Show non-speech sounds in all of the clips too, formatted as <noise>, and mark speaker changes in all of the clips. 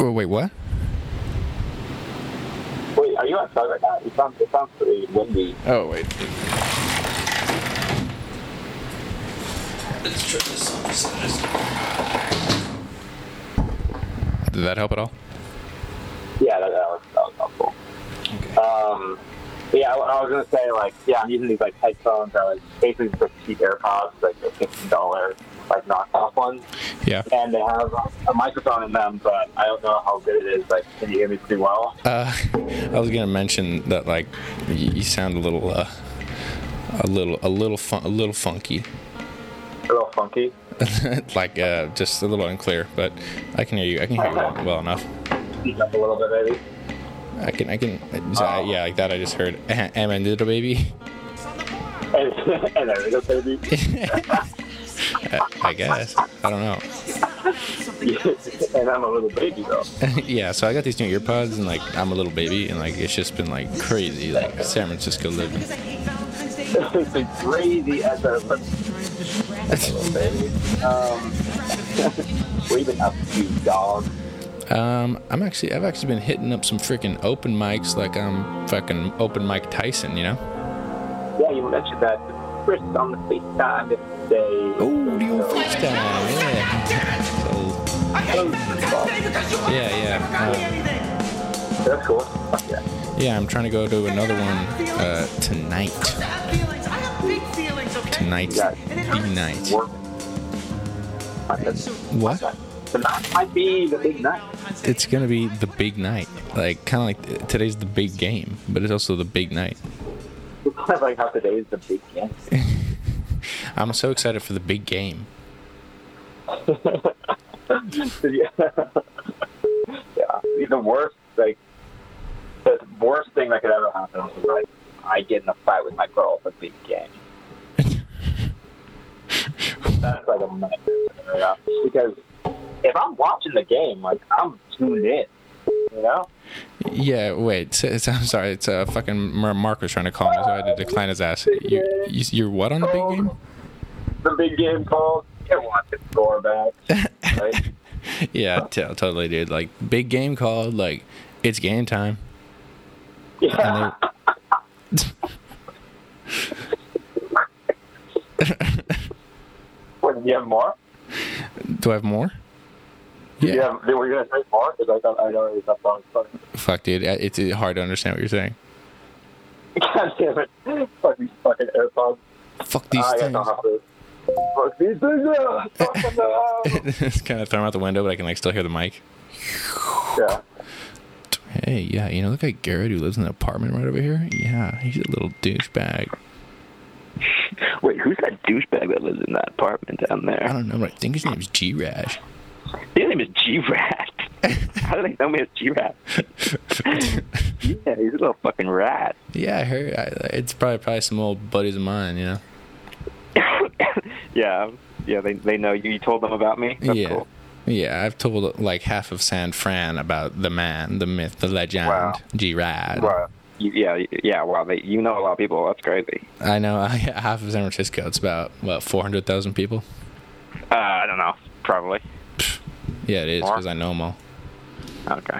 Speaker 1: Oh, wait, what?
Speaker 2: Wait, are you outside right now? It sounds, it sounds pretty windy.
Speaker 1: Oh, wait.
Speaker 3: Let's turn this off. so that
Speaker 1: Did that help at all?
Speaker 2: Yeah, that, that, was, that was helpful.
Speaker 3: it's-
Speaker 2: Um, but yeah, I, I was gonna say like, yeah, I'm using these like headphones. I was basically just like cheap AirPods, like a fifteen dollar like knockoff ones,
Speaker 1: Yeah.
Speaker 2: and they have a microphone in them, but I don't know how good it is. Like, can you hear me pretty well?
Speaker 1: Uh, <laughs> I was gonna mention that like y- you sound a little, uh, a little, a little, fun- a little funky,
Speaker 2: A
Speaker 1: <laughs>
Speaker 2: little funky.
Speaker 1: like uh, just a little unclear. But I can hear you. I can hear you well, well enough.
Speaker 2: Speak up a little bit, maybe. <laughs>
Speaker 1: I can, I can, uh, yeah, like that. I just heard, <laughs> am a little baby. <laughs>
Speaker 2: And, and there we go, baby. <laughs>
Speaker 1: I, I guess. I don't know.
Speaker 2: and I'm a little baby though.
Speaker 1: <laughs> yeah, so I got these new earpods and like I'm a little baby and like it's just been like crazy like San Francisco living. <laughs>
Speaker 2: it's a crazy as a little baby. Um, what you been up to, dog?
Speaker 1: Um, I'm actually I've actually been hitting up some freaking open mics like I'm fucking open mic Tyson, you know?
Speaker 2: Yeah, you mentioned that Chris on the FaceTime today.
Speaker 1: Oh, the old FaceTime, yeah. So, yeah, yeah.
Speaker 2: That's cool. Fuck yeah.
Speaker 1: Uh, yeah, I'm trying to go to another one uh, tonight. Tonight,
Speaker 2: Yeah.
Speaker 1: the night.
Speaker 2: Work. Fuck it.
Speaker 1: What?
Speaker 2: The night might be the big night. <laughs>
Speaker 1: It's gonna be the big night, like kind of like today's the big game, but it's also the big night.
Speaker 2: It's kind of like how today is the big game.
Speaker 1: I'm so excited for the big game.
Speaker 2: <laughs> yeah. yeah. See, The worst, like, the worst thing that could ever happen was like, I get in a fight with my girl at the big game. That's like a nightmare. yeah. Because if I'm watching the game, like, I'm tuned in. You know?
Speaker 1: Yeah, wait. s s- I'm sorry. It's uh, fucking Mar- Mark was trying to call me, so I had to decline his ass. You, you, you're what on the big game?
Speaker 2: The big game called. Get watch it score back. Right?
Speaker 1: Yeah, t- totally, dude. Like big game called. Like it's game time.
Speaker 2: Yeah. What, do you have more?
Speaker 1: Do I have more?
Speaker 2: Yeah. Have, were you going to say more? Because I thought I already thought that was funny.
Speaker 1: Fuck, dude. uh, It's uh, hard to understand what you're saying.
Speaker 2: <laughs> God damn it. Fuck these fucking AirPods.
Speaker 1: Fuck these
Speaker 2: I
Speaker 1: things.
Speaker 2: got off it. Fuck these things. ah, fuck them, ah.
Speaker 1: <laughs>
Speaker 4: <laughs>
Speaker 1: it's kind of thrown out the window, but I can like still hear the mic.
Speaker 2: yeah.
Speaker 1: Hey, yeah, you know the guy Garrett who lives in the apartment right over here. Yeah, he's a little douchebag.
Speaker 4: Wait, who's that douchebag that lives in that apartment down
Speaker 1: I
Speaker 4: there?
Speaker 1: don't know, but I think his name's G Rash.
Speaker 4: His name is G Rat. <laughs> How did they know me as G Rat? Yeah, he's a little fucking rat.
Speaker 1: <laughs> Yeah, I heard. I, it's probably probably some old buddies of mine, you know.
Speaker 4: Yeah, yeah, they they know you. You told them about me. That's
Speaker 1: yeah,
Speaker 4: cool.
Speaker 1: yeah. I've told like half of San Fran about the man, the myth, the legend,
Speaker 4: Wow.
Speaker 1: G Rad.
Speaker 4: Wow. You, yeah, you- yeah. Wow, they, you know a lot of people. That's crazy.
Speaker 1: I know <laughs> I, half of San Francisco. It's about what four hundred thousand people.
Speaker 4: Uh, I don't know. Probably.
Speaker 1: Yeah, it is
Speaker 4: More?
Speaker 1: because I know them all. <laughs>
Speaker 4: Okay.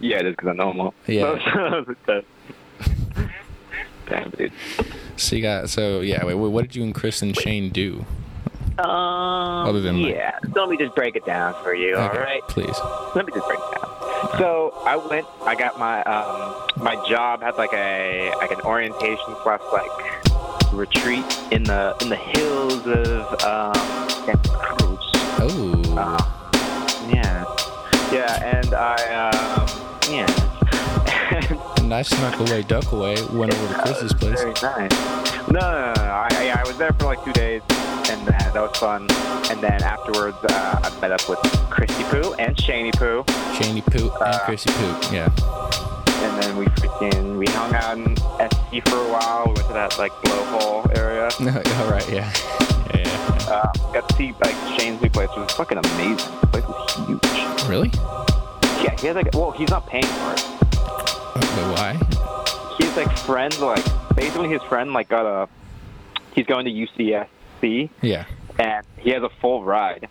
Speaker 4: yeah, it is because I know them all. <laughs>
Speaker 1: Yeah.
Speaker 4: Damn, dude.
Speaker 1: So you got so yeah. Wait, wait, what did you and Chris and Shane do?
Speaker 4: Um,
Speaker 1: Other than, like-
Speaker 4: yeah, so let me just break it down for you. All
Speaker 1: Okay,
Speaker 4: right,
Speaker 1: please.
Speaker 4: let me just break it down. So I went. I got my um, my job had like a like an orientation slash like retreat in the in the hills of um, Santa Cruz.
Speaker 1: Oh,
Speaker 4: Um, yeah, yeah, and I um, yeah. <laughs>
Speaker 1: and I snuck away, duck away, went over to Chris's place.
Speaker 4: Very nice. No, no, no, no. I, I, I was there for like two days, and uh, that was fun. And then afterwards, uh, I met up with Christy Poo and Shaney Poo,
Speaker 1: Shaney Poop
Speaker 4: Uh-huh.
Speaker 1: and Chrissy Poop. Yeah. <laughs>
Speaker 4: and then we freaking we hung out in SC for a while. We went to that like blowhole area.
Speaker 1: all right. Yeah. Yeah.
Speaker 4: Uh, got to see like Shane's new place, which was fucking amazing. The place was huge.
Speaker 1: Really?
Speaker 4: Yeah, he has like well, he's not paying for it.
Speaker 1: Okay, why?
Speaker 4: He's like friend like basically his friend like got a he's going to UCSC
Speaker 1: Yeah.
Speaker 4: and he has a full ride.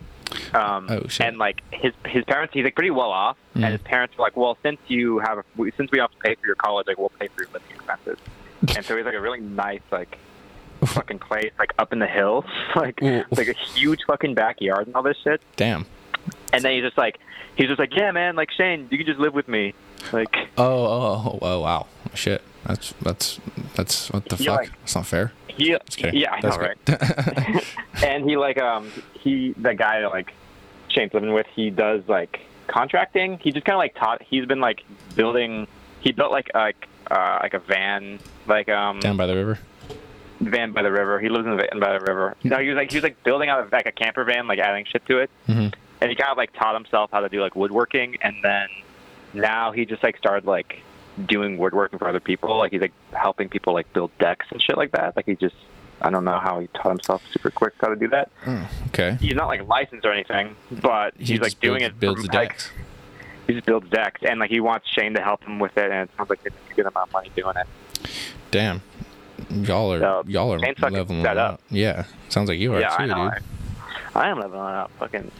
Speaker 4: Um,
Speaker 1: Oh, shit.
Speaker 4: And like his his parents, he's like pretty well off,
Speaker 1: Mm.
Speaker 4: and his parents were like, "Well, since you have, a, we- since we have to pay for your college, like we'll pay for your living expenses." and so he's like a really nice like fucking place, like up in the hills, <laughs> like
Speaker 1: Ooh.
Speaker 4: like a huge fucking backyard and all this shit.
Speaker 1: Damn.
Speaker 4: And then he's just like, he's just like, "Yeah, man, like Shane, you can just live with me." Like
Speaker 1: Oh, oh, oh, oh, wow. Shit. That's that's that's what the
Speaker 4: You're
Speaker 1: fuck?
Speaker 4: like-
Speaker 1: that's not fair.
Speaker 4: he,
Speaker 1: Just kidding.
Speaker 4: yeah, I know,
Speaker 1: That's
Speaker 4: right?
Speaker 1: good.
Speaker 4: and he like um he the guy that like Shane's living with he does like contracting. He just kind of like taught. He's been like building. He built like a uh, like a van like um
Speaker 1: Down by the river.
Speaker 4: van by the river. He lives in the van by the river. No, he was like he was like building out like a camper van, like adding shit to it.
Speaker 1: Mhm.
Speaker 4: And he kind of like taught himself how to do like woodworking, and then now he just like started like doing woodworking for other people. Like he's like helping people like build decks and shit like that. Like he just I don't know how he taught himself super quick how to do that
Speaker 1: Oh, okay.
Speaker 4: he's not like licensed or anything, but he's
Speaker 1: He
Speaker 4: like
Speaker 1: just
Speaker 4: doing
Speaker 1: builds,
Speaker 4: it.
Speaker 1: Builds
Speaker 4: from,
Speaker 1: the
Speaker 4: like,
Speaker 1: decks.
Speaker 4: he just builds decks, and like he wants Shane to help him with it, and it sounds like it's a good amount of money doing it.
Speaker 1: Damn. Y'all are
Speaker 4: So,
Speaker 1: y'all are
Speaker 4: Shane's fucking
Speaker 1: leveling
Speaker 4: set up.
Speaker 1: Yeah. Sounds like you are
Speaker 4: yeah,
Speaker 1: too,
Speaker 4: I know.
Speaker 1: dude.
Speaker 4: I, I am leveling up. Fucking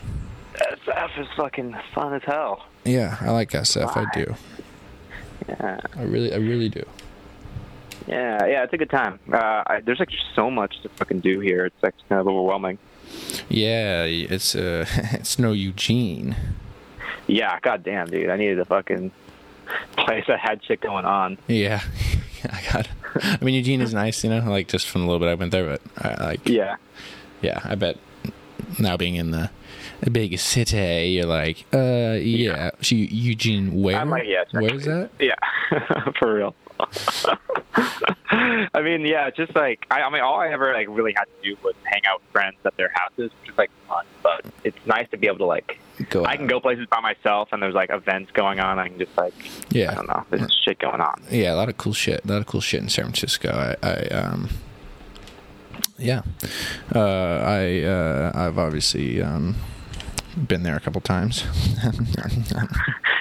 Speaker 4: SF is fucking fun as hell.
Speaker 1: Yeah, I like SF. I do.
Speaker 4: Yeah,
Speaker 1: I really I really do.
Speaker 4: yeah, yeah. It's a good time. Uh, I, there's like just so much to fucking do here. It's like kind of overwhelming.
Speaker 1: Yeah, it's uh <laughs> it's no Eugene.
Speaker 4: Yeah, goddamn, dude. I needed a fucking place that had shit going on.
Speaker 1: Yeah. <laughs> I got I mean Eugene is nice, you know, like just from a little bit I went there, but I like
Speaker 4: Yeah.
Speaker 1: yeah, I bet now being in the the big city, you're like, uh, yeah. So you, Eugene, where?
Speaker 4: I'm like, yeah. it's
Speaker 1: where
Speaker 4: actually-
Speaker 1: is that?
Speaker 4: Yeah, <laughs> for real. <laughs> I mean, yeah, it's just like I, I mean, all I ever like really had to do was hang out with friends at their houses, which is like fun. But it's nice to be able to like
Speaker 1: Go.
Speaker 4: I can go places by myself, and there's like events going on. I can just like I
Speaker 1: Yeah,
Speaker 4: don't know, there's shit going on.
Speaker 1: yeah, a lot of cool shit. A lot of cool shit in San Francisco. I, I um, yeah, uh, I uh, I've obviously um been there a couple times. <laughs> I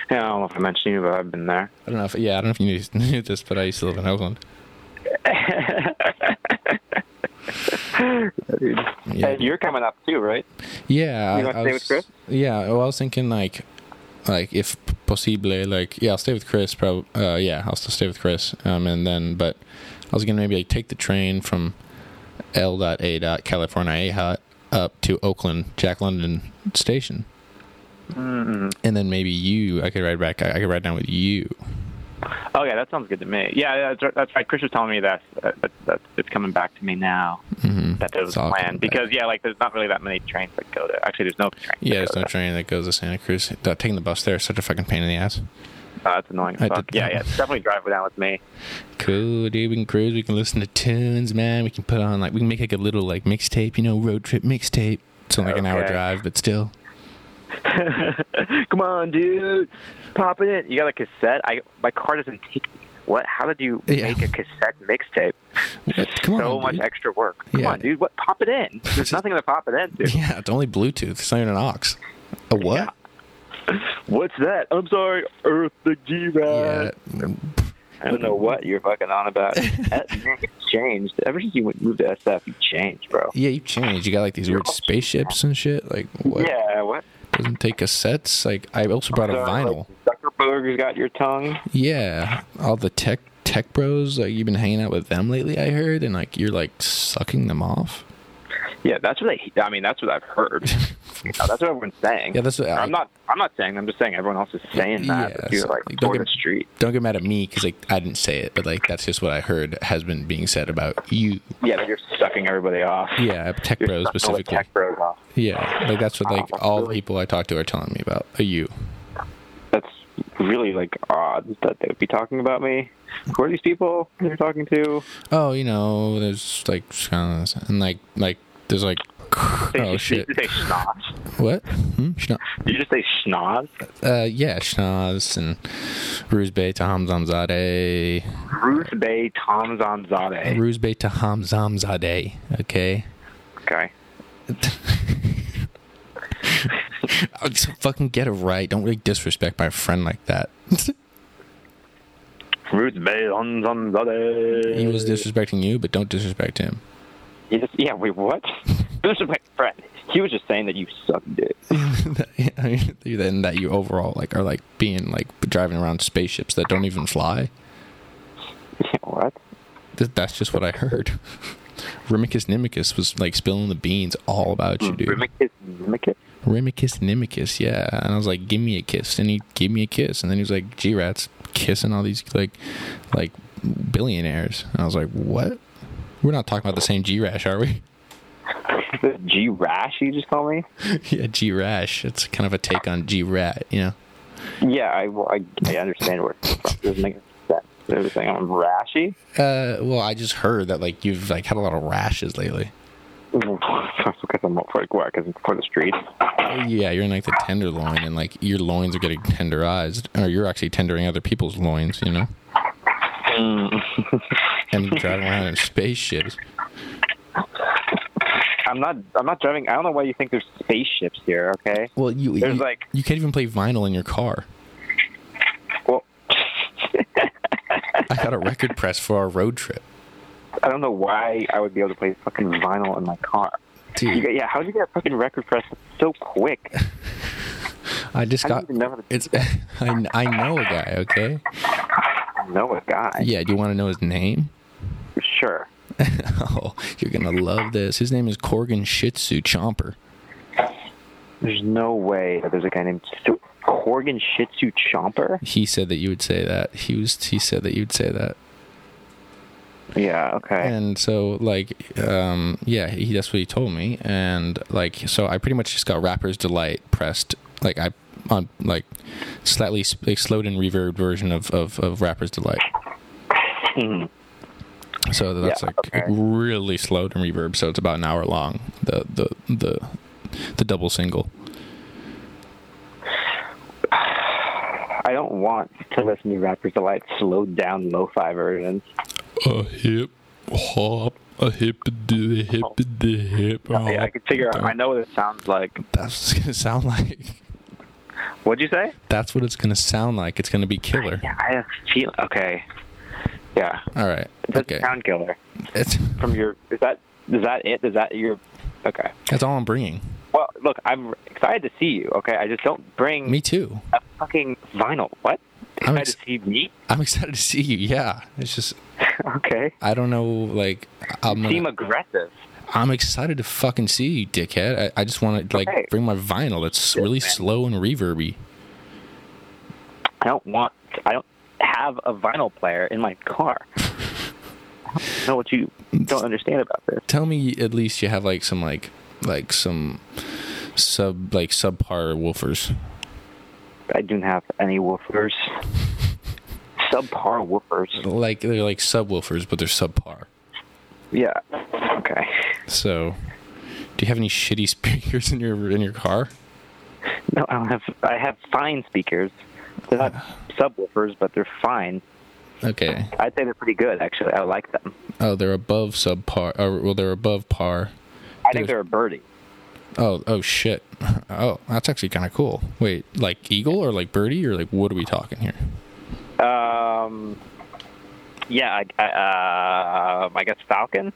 Speaker 4: Yeah, I don't know if I mentioned you, but I've been there. <laughs>
Speaker 1: don't know if yeah, I don't know if you knew, <laughs> knew this, but I used to live in Oakland. Yeah.
Speaker 4: And you're coming up too, right?
Speaker 1: Yeah,
Speaker 4: You
Speaker 1: I,
Speaker 4: wanna
Speaker 1: I
Speaker 4: stay
Speaker 1: was,
Speaker 4: with Chris?
Speaker 1: Yeah, well, I was thinking like, like if possible, like yeah, I'll stay with Chris. Probably, uh, yeah, I'll still stay with Chris. Um, and then but I was gonna maybe like take the train from L. A. California A. up to Oakland Jack London Station,
Speaker 4: Mm.
Speaker 1: and then maybe you, I could ride back. I, I could ride down with you.
Speaker 4: Oh yeah, that sounds good to me. Yeah, yeah, that's, right- that's right. Chris was telling me that, uh, that, that, it's coming back to me now.
Speaker 1: Mhm.
Speaker 4: That there was
Speaker 1: It's
Speaker 4: a
Speaker 1: all
Speaker 4: plan
Speaker 1: coming back.
Speaker 4: because yeah, like there's not really that many trains that go there. Actually, there's no train.
Speaker 1: Yeah,
Speaker 4: that
Speaker 1: there's
Speaker 4: go
Speaker 1: no
Speaker 4: there.
Speaker 1: train that goes to Santa Cruz. Uh, Taking the bus there is such a fucking pain in the ass.
Speaker 4: Uh, that's annoying.
Speaker 1: I
Speaker 4: as fuck.
Speaker 1: did- <laughs>
Speaker 4: Yeah, yeah, definitely drive down with me.
Speaker 1: Cool, dude. We can cruise. We can listen to tunes, man. We can put on like we can make like a little like mixtape, you know, road trip mixtape. It's only like an hour
Speaker 4: Okay.
Speaker 1: drive, but still.
Speaker 4: Come on, dude, popping it. You got a cassette? I my car doesn't take. me. What? How did you
Speaker 1: Yeah.
Speaker 4: make a cassette mixtape?
Speaker 1: What?
Speaker 4: <laughs>
Speaker 1: Come
Speaker 4: So
Speaker 1: on,
Speaker 4: much
Speaker 1: dude.
Speaker 4: extra work. Come
Speaker 1: Yeah.
Speaker 4: on, dude. What? Pop
Speaker 1: <laughs>
Speaker 4: it in. There's nothing to pop it into.
Speaker 1: Yeah, it's only Bluetooth. It's not even an aux. A what?
Speaker 4: What's that? I'm sorry, Earth the G
Speaker 1: Yeah.
Speaker 4: Man. I don't know what you're fucking on
Speaker 1: <laughs>
Speaker 4: about. that man has changed. Ever since you went- moved to SF, you changed, bro.
Speaker 1: Yeah, you changed. You got like these weird spaceships and shit. Like what?
Speaker 4: Yeah, what?
Speaker 1: Doesn't take cassettes. Like I also brought a
Speaker 4: So, like,
Speaker 1: vinyl.
Speaker 4: Zuckerberg's got your tongue.
Speaker 1: Yeah. All the tech tech bros, like you've been hanging out with them lately, I heard, and like you're like sucking them off.
Speaker 4: Yeah, that's what they. I mean, that's what
Speaker 1: <laughs>
Speaker 4: I've heard. You know, that's what everyone's saying.
Speaker 1: Yeah, that's what I-
Speaker 4: I'm not. I'm not saying. I'm just saying everyone else is saying that.
Speaker 1: Yeah,
Speaker 4: but you're
Speaker 1: so,
Speaker 4: like
Speaker 1: like, don't
Speaker 4: door to
Speaker 1: get-
Speaker 4: the street.
Speaker 1: don't get mad at me because like I didn't say it, but like that's just what I heard has been being said about you.
Speaker 4: Yeah, but you're sucking everybody off.
Speaker 1: Yeah, tech
Speaker 4: You're
Speaker 1: bros
Speaker 4: sucking all the
Speaker 1: specifically.
Speaker 4: Tech bros off.
Speaker 1: Yeah, like that's what like
Speaker 4: Wow,
Speaker 1: all the
Speaker 4: really?
Speaker 1: people I talk to are telling me about. Are you?
Speaker 4: That's really like odd that they would be talking about me. Who are these people you're talking to?
Speaker 1: Oh, you know, there's like scones and like like there's like <laughs> oh shit.
Speaker 4: You just say schnoz.
Speaker 1: What? Hmm? Schna-
Speaker 4: You just say schnoz.
Speaker 1: Uh, yeah, Schnoz and Ruzbe Taham Zamzadeh.
Speaker 4: Ruth Bay Tom Zanzade.
Speaker 1: Ruzbe Taham Zamzadeh. Okay.
Speaker 4: Okay.
Speaker 1: I'll Oh, just fucking get it right. Don't really disrespect my friend like that. <laughs>
Speaker 4: Ruth Bay Tom Zanzade.
Speaker 1: he was disrespecting you, but don't disrespect him.
Speaker 4: He just- yeah, wait, what? <laughs> This is my friend. He was just saying that you suck <laughs> dick.
Speaker 1: Yeah, <laughs> I mean, then that you overall like are like being like driving around spaceships that don't even fly.
Speaker 4: what?
Speaker 1: Th- That's just what I heard. <laughs> Rimicus Nimicus was like spilling the beans all about you, dude.
Speaker 4: Mimicus, mimicus.
Speaker 1: Rimicus Nimicus, yeah. And I was like, "Give me a kiss," and he gave me a kiss, and then he was like, "G-Rats kissing all these like, like billionaires," and I was like, "What? We're not talking about the same G-Rash, are we?" <laughs>
Speaker 4: The G rash you just called me?
Speaker 1: yeah, G-Rash. It's kind of a take on G-Rat, you know.
Speaker 4: Yeah, I, well, I, I understand where it's from. It doesn't make sense. They're saying I'm rashy. <laughs>
Speaker 1: Uh, well, I just heard that like you've like had a lot of rashes lately.
Speaker 4: because I'm not like what? Because for the streets.
Speaker 1: Yeah, you're in like the tenderloin, and like your loins are getting tenderized, or you're actually tendering other people's loins, you know.
Speaker 4: Mm.
Speaker 1: and driving around in spaceships.
Speaker 4: I'm not. I'm not driving. I don't know why you think there's spaceships here. Okay.
Speaker 1: Well, you
Speaker 4: There's,
Speaker 1: you,
Speaker 4: like-
Speaker 1: you can't even play vinyl in your car.
Speaker 4: Well,
Speaker 1: I got a record press for our road trip,
Speaker 4: I don't know why I would be able to play fucking vinyl in my car. You
Speaker 1: dude.
Speaker 4: got- yeah, how'd you get a fucking record press so quick?
Speaker 1: I just
Speaker 4: I don't
Speaker 1: got
Speaker 4: even know how to
Speaker 1: it's. <laughs> I I know a guy. Okay.
Speaker 4: know a guy.
Speaker 1: Yeah. Do you want to know his name? <laughs>
Speaker 4: Sure.
Speaker 1: oh, you're gonna love this. His name is Corgan Shih Tzu Chomper.
Speaker 4: There's no way that there's a guy named Stu- Corgan Shih Tzu Chomper.
Speaker 1: He said that you would say that. He was. He said that you'd say that.
Speaker 4: Yeah. Okay.
Speaker 1: and so like um yeah he, that's what he told me and like so i pretty much just got rapper's delight pressed like i on like slightly s- like slowed and reverb version of of, of rapper's delight so that's
Speaker 4: Mm-hmm. Yeah,
Speaker 1: like
Speaker 4: okay.
Speaker 1: really slowed and reverb so it's about an hour long the the the the double single
Speaker 4: I don't want to listen to Rapper's Delight slowed down lo-fi versions.
Speaker 1: a hip hop a hip the hip the hip
Speaker 4: Oh, Yeah, I can figure out. I know what it sounds like.
Speaker 1: that's what it's gonna sound <laughs> like
Speaker 4: What'd you say?
Speaker 1: that's what it's gonna sound like it's gonna be killer
Speaker 4: Yeah, I have feel. Okay. Yeah.
Speaker 1: All right.
Speaker 4: That's
Speaker 1: okay.
Speaker 4: Sound Killer.
Speaker 1: It's,
Speaker 4: From your is that is that it? Is that your? Okay.
Speaker 1: that's all I'm bringing.
Speaker 4: Well, look, I'm excited to see you. Okay, I just don't bring
Speaker 1: Me too.
Speaker 4: a fucking vinyl. What?
Speaker 1: I'm
Speaker 4: Excited
Speaker 1: ex-
Speaker 4: to see me? <laughs>
Speaker 1: I'm <laughs> excited to see you. Yeah. It's just
Speaker 4: Okay.
Speaker 1: I don't know. Like I'm. gonna-
Speaker 4: Seem aggressive.
Speaker 1: I'm excited to fucking see you, dickhead. I, I just want to like
Speaker 4: Okay.
Speaker 1: bring my vinyl. that's
Speaker 4: Yeah,
Speaker 1: really
Speaker 4: man.
Speaker 1: slow and reverby.
Speaker 4: I don't want. I don't have a vinyl player in my car. <laughs> I don't know what you don't understand about this.
Speaker 1: Tell me at least you have like some like like some sub like subpar woofers.
Speaker 4: I don't have any woofers. Subpar woofers.
Speaker 1: Like they're like subwoofers, but they're subpar.
Speaker 4: Yeah. Okay.
Speaker 1: So, do you have any shitty <laughs> speakers in your in your car?
Speaker 4: No, I don't have. I have fine speakers. They're not subwoofers, but they're fine.
Speaker 1: Okay.
Speaker 4: I'd say they're pretty good, actually. I like them.
Speaker 1: Oh, they're above subpar. Or, well, they're above par.
Speaker 4: I think they're a birdie.
Speaker 1: Oh, oh shit. <laughs> Oh, that's actually kind of cool. Wait, like eagle or like birdie or like what are we talking here?
Speaker 4: Um, yeah, I, I, uh, I guess Falcon.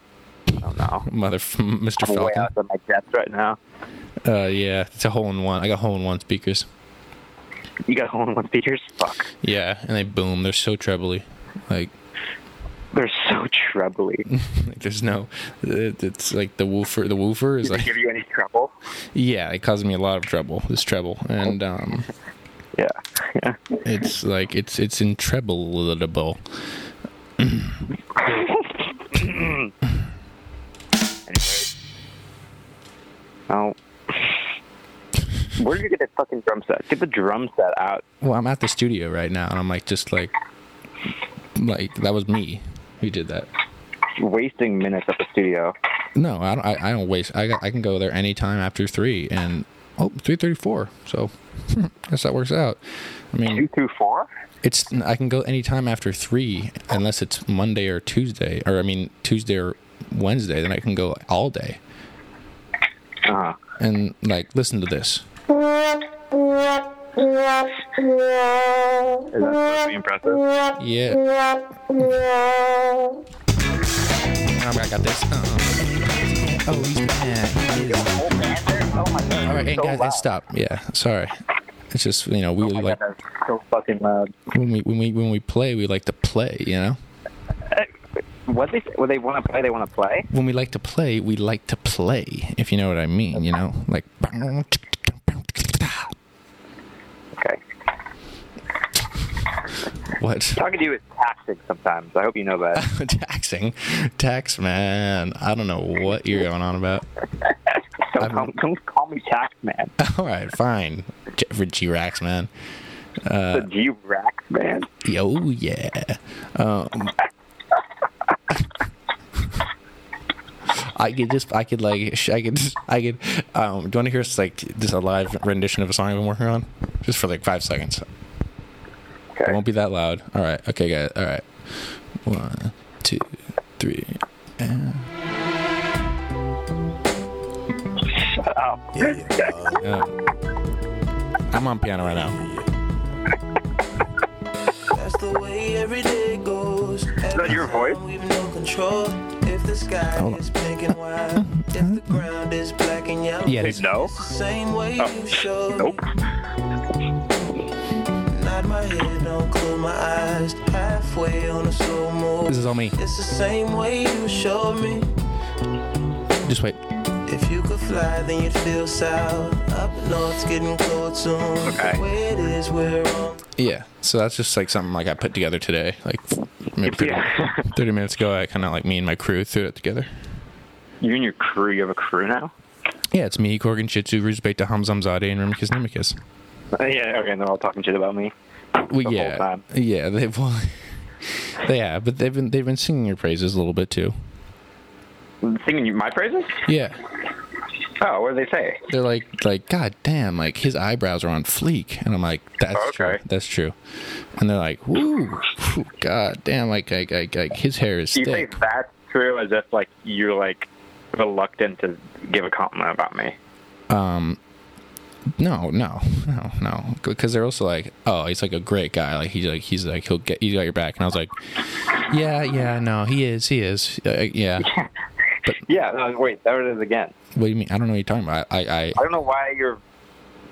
Speaker 4: I don't know.
Speaker 1: Mother, <laughs> Mr.
Speaker 4: I'm way
Speaker 1: Falcon.
Speaker 4: out of my depth right now.
Speaker 1: Uh, yeah, it's a hole in one. I got hole in one speakers.
Speaker 4: You got hole-in-one speakers? Fuck.
Speaker 1: Yeah, and they boom. They're so trebly. Like,
Speaker 4: They're so
Speaker 1: <laughs>
Speaker 4: trebly. Did
Speaker 1: like there's no. It, it's like the woofer. The woofer is
Speaker 4: they <laughs>
Speaker 1: like
Speaker 4: give you any trouble?
Speaker 1: yeah. It caused me a lot of trouble. This treble and um.
Speaker 4: Yeah. <laughs> yeah.
Speaker 1: It's like it's it's intrebleable.
Speaker 4: Anyways. Oh. Where did you get that fucking drum set? Get the drum set out.
Speaker 1: Well, I'm at the studio right now, and I'm like just like like that was me who did that.
Speaker 4: You're wasting minutes at the studio.
Speaker 1: No, I don't. I, I don't waste. I got, I can go there anytime after three and oh, three thirty four. So <laughs> guess that works out. I
Speaker 4: Two
Speaker 1: mean,
Speaker 4: through four?
Speaker 1: it's I can go anytime after three unless it's Monday or Tuesday, or I mean Tuesday or Wednesday. Then I can go all day
Speaker 4: Uh-huh.
Speaker 1: and like listen to this.
Speaker 4: Is
Speaker 2: Mm.
Speaker 4: that supposed to be impressive?
Speaker 1: Yeah. I got this. Uh-uh. Oh, he's mad. He is-
Speaker 2: Oh, man, there's- oh my god.
Speaker 1: All right,
Speaker 2: it's
Speaker 1: and
Speaker 2: so
Speaker 1: guys,
Speaker 2: loud.
Speaker 1: and stop. Yeah, sorry. It's just you know we
Speaker 2: Oh my
Speaker 1: like
Speaker 2: god, that's so fucking loud.
Speaker 1: when we when we when we play we like to play. You know
Speaker 4: What they say- what they want to play? They want to play.
Speaker 1: when we like to play we like to play. If you know what I mean, you know like.
Speaker 4: Okay.
Speaker 1: What? <laughs>
Speaker 4: Talking to you is taxing sometimes. I hope you know that. <laughs>
Speaker 1: Taxing, tax man. I don't know what you're going on about. <laughs>
Speaker 4: Don't call, don't call me tax man.
Speaker 1: All right, fine, Jeffrey G. Rax man.
Speaker 4: the G Rax man.
Speaker 1: Yo, yeah. Um, I could just, I could like, sh- I could, I could. Um, do you want to hear us like just a live rendition of a song I've been working on, just for like five seconds? It
Speaker 4: Okay.
Speaker 1: won't be that loud. All right, okay, guys. All right, one, two, three. and-
Speaker 4: Oh.
Speaker 5: Yeah, yeah.
Speaker 4: <laughs>
Speaker 5: Uh,
Speaker 1: Yeah. I'm on piano right now.
Speaker 6: That's the way every day goes. Is
Speaker 4: that your voice?
Speaker 6: We've no control. If the sky is pink and white, if the ground is black and yellow,
Speaker 1: Yeah,
Speaker 6: it's
Speaker 1: dude.
Speaker 4: No.
Speaker 6: the same way
Speaker 4: Oh,
Speaker 6: you showed me.
Speaker 4: Nope.
Speaker 6: Nod my head, don't close my eyes. Halfway on a slow move.
Speaker 1: This is all me.
Speaker 6: It's the same way you showed me.
Speaker 1: Just wait.
Speaker 6: If you could fly, then you'd feel south. Up north's getting cold soon.
Speaker 4: Okay.
Speaker 6: The way it is, we're on.
Speaker 1: Yeah. So that's just like something like I put together today, like maybe 30,
Speaker 4: Yeah. <laughs>
Speaker 1: 30 minutes ago. I kind of like me and my crew threw it together.
Speaker 4: You and your crew. You have a crew now.
Speaker 1: Yeah, it's me, Corgan Shitsu, Ruzbek, Hamzam Zade, and Remikus Nimicus.
Speaker 4: Uh, yeah. Okay. And they're all talking shit about me.
Speaker 1: Well,
Speaker 4: The whole
Speaker 1: yeah,
Speaker 4: time.
Speaker 1: yeah, they've well, <laughs> they have, but they've been they've been singing your praises a little bit too.
Speaker 4: Singing you my praises?
Speaker 1: Yeah,
Speaker 4: Oh, what do they say?
Speaker 1: they're like like God damn, like his eyebrows are on fleek, and I'm like that's true,
Speaker 4: Oh, Okay.
Speaker 1: that's true, and they're like woo, whew, God damn, like like like, like his hair is
Speaker 4: Do you say
Speaker 1: thick.
Speaker 4: that's true as if like you're like reluctant to give a compliment about me?
Speaker 1: No, no, <laughs> no, no. Because they're also like, oh, he's like a great guy. Like he's like he's like he'll get he's got your back. And I was like, yeah, yeah, no, he is, he is, uh, yeah.
Speaker 4: Yeah. No, wait. There it is again.
Speaker 1: What do you mean? I don't know what you're talking about. I, I,
Speaker 4: I don't know why you're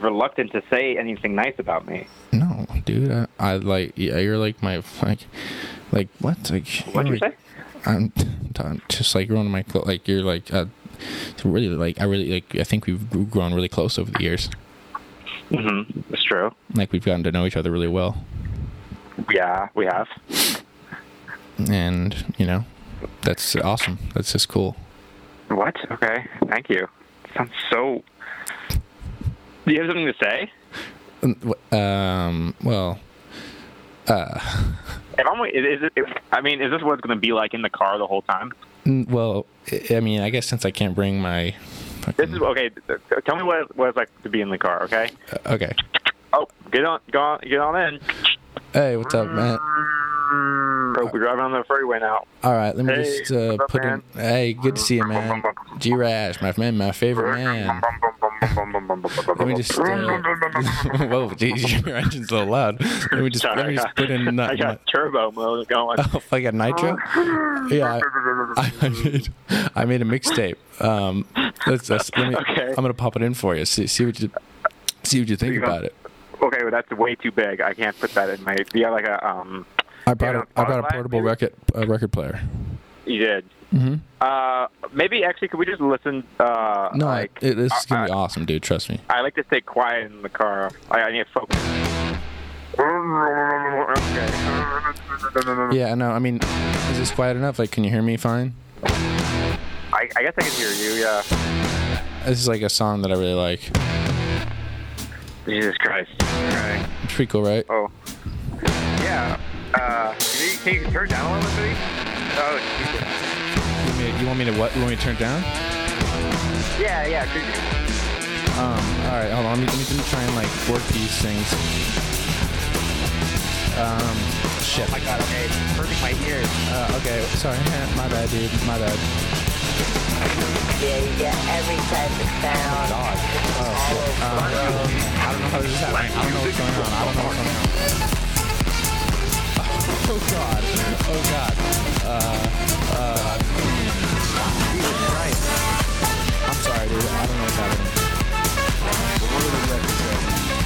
Speaker 4: reluctant to say anything nice about me.
Speaker 1: no, dude. I, I like yeah, you're like my like, like what? Like
Speaker 4: What'd you
Speaker 1: you're-
Speaker 4: say?
Speaker 1: I'm, I'm just like you're one of my clo- like you're like uh, really like I really like I think we've grown really close over the years.
Speaker 4: Mm-hmm. It's true.
Speaker 1: Like we've gotten to know each other really well,
Speaker 4: Yeah, we have.
Speaker 1: and you know, that's awesome. That's just cool.
Speaker 4: What? Okay. Thank you. Sounds so. Do you have something to say?
Speaker 1: Um. Well,
Speaker 4: If I'm, is it, I mean, is this what it's going to be like in the car the whole time?
Speaker 1: n- well. I- I mean, I guess since I can't bring my.
Speaker 4: This
Speaker 1: Fucking,
Speaker 4: is okay. th- th- Tell me what it- what it's like to be in the car. Okay.
Speaker 1: okay.
Speaker 4: Oh, get on, go on, get on in.
Speaker 1: Hey, what's up, man?
Speaker 4: Oh, we're driving on the freeway now.
Speaker 1: All right, let me
Speaker 4: Hey,
Speaker 1: just uh,
Speaker 4: what's up,
Speaker 1: put in.
Speaker 4: man?
Speaker 1: Hey, good to see you, man. G Rash, my friend, my favorite man. <laughs> Let me just. Uh, whoa, geez, your engine's so loud. Let me just. let me
Speaker 4: Sorry, <laughs> I
Speaker 1: just
Speaker 4: got-
Speaker 1: put in. Not,
Speaker 4: I got turbo mode going.
Speaker 1: <laughs> oh, I got nitro. Yeah, I, I made. I made a mixtape. Um, let's, let's. Let me.
Speaker 4: Okay.
Speaker 1: I'm gonna pop it in for you. See, see what you. See what you think
Speaker 4: got-
Speaker 1: about it.
Speaker 4: Okay, well, that's way too big. I can't put that in my. Do you have like a um?
Speaker 1: I brought
Speaker 4: Yeah,
Speaker 1: a, I brought a
Speaker 4: Spotify,
Speaker 1: portable
Speaker 4: maybe?
Speaker 1: record uh, record player.
Speaker 4: You did. Mm-hmm. Uh, maybe actually, could we just listen? Uh,
Speaker 1: No, I-
Speaker 4: like,
Speaker 1: it, this is
Speaker 4: I,
Speaker 1: gonna be awesome, dude. Trust me.
Speaker 4: I, I like to stay quiet in the car. I, I need to focus. Okay.
Speaker 1: Yeah, I know. I mean, is this quiet enough? Like, can you hear me fine?
Speaker 4: I, I guess I can hear you. Yeah.
Speaker 1: This is like a song that I really like.
Speaker 4: Jesus Christ. Okay.
Speaker 1: It's pretty cool, right?
Speaker 4: Oh. Yeah. Uh, can you, can you turn it down a little bit? please? Oh. Jesus.
Speaker 1: You want me to, you want me to what? You want me to turn it down?
Speaker 4: Yeah. Yeah. Could you,
Speaker 1: Um. All right, hold on. Let me, let me let me try and like work these things. Um. Shit.
Speaker 4: Oh my God. Okay. it's Hurting my ears.
Speaker 1: Uh, okay. Sorry. <laughs> My bad, dude. My bad.
Speaker 7: Yeah, you get every type of sound.
Speaker 1: I don't know how this is happening. I don't know what's going on. I don't know what's going on. Oh God. Oh God. Uh, uh, um,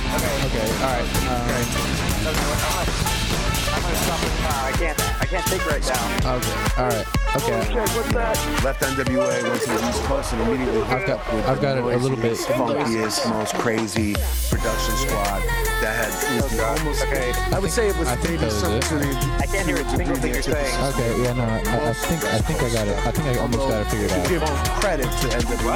Speaker 1: Okay. All right. Okay.
Speaker 5: Left NWA, went to the East Coast, and immediately hooked
Speaker 1: I've got-
Speaker 5: up with
Speaker 1: I've got it a
Speaker 5: the
Speaker 1: little bit-
Speaker 5: noisiest, funkiest, most crazy production squad that had you know, almost.
Speaker 4: Okay.
Speaker 5: I would say it was
Speaker 1: I think
Speaker 5: maybe
Speaker 1: that was it.
Speaker 5: something.
Speaker 4: I can't hear a single thing you're saying.
Speaker 1: Okay. Yeah. No. I, I think I think I got it. I think I almost got it figured
Speaker 5: To
Speaker 1: out.
Speaker 5: give credit to NWA,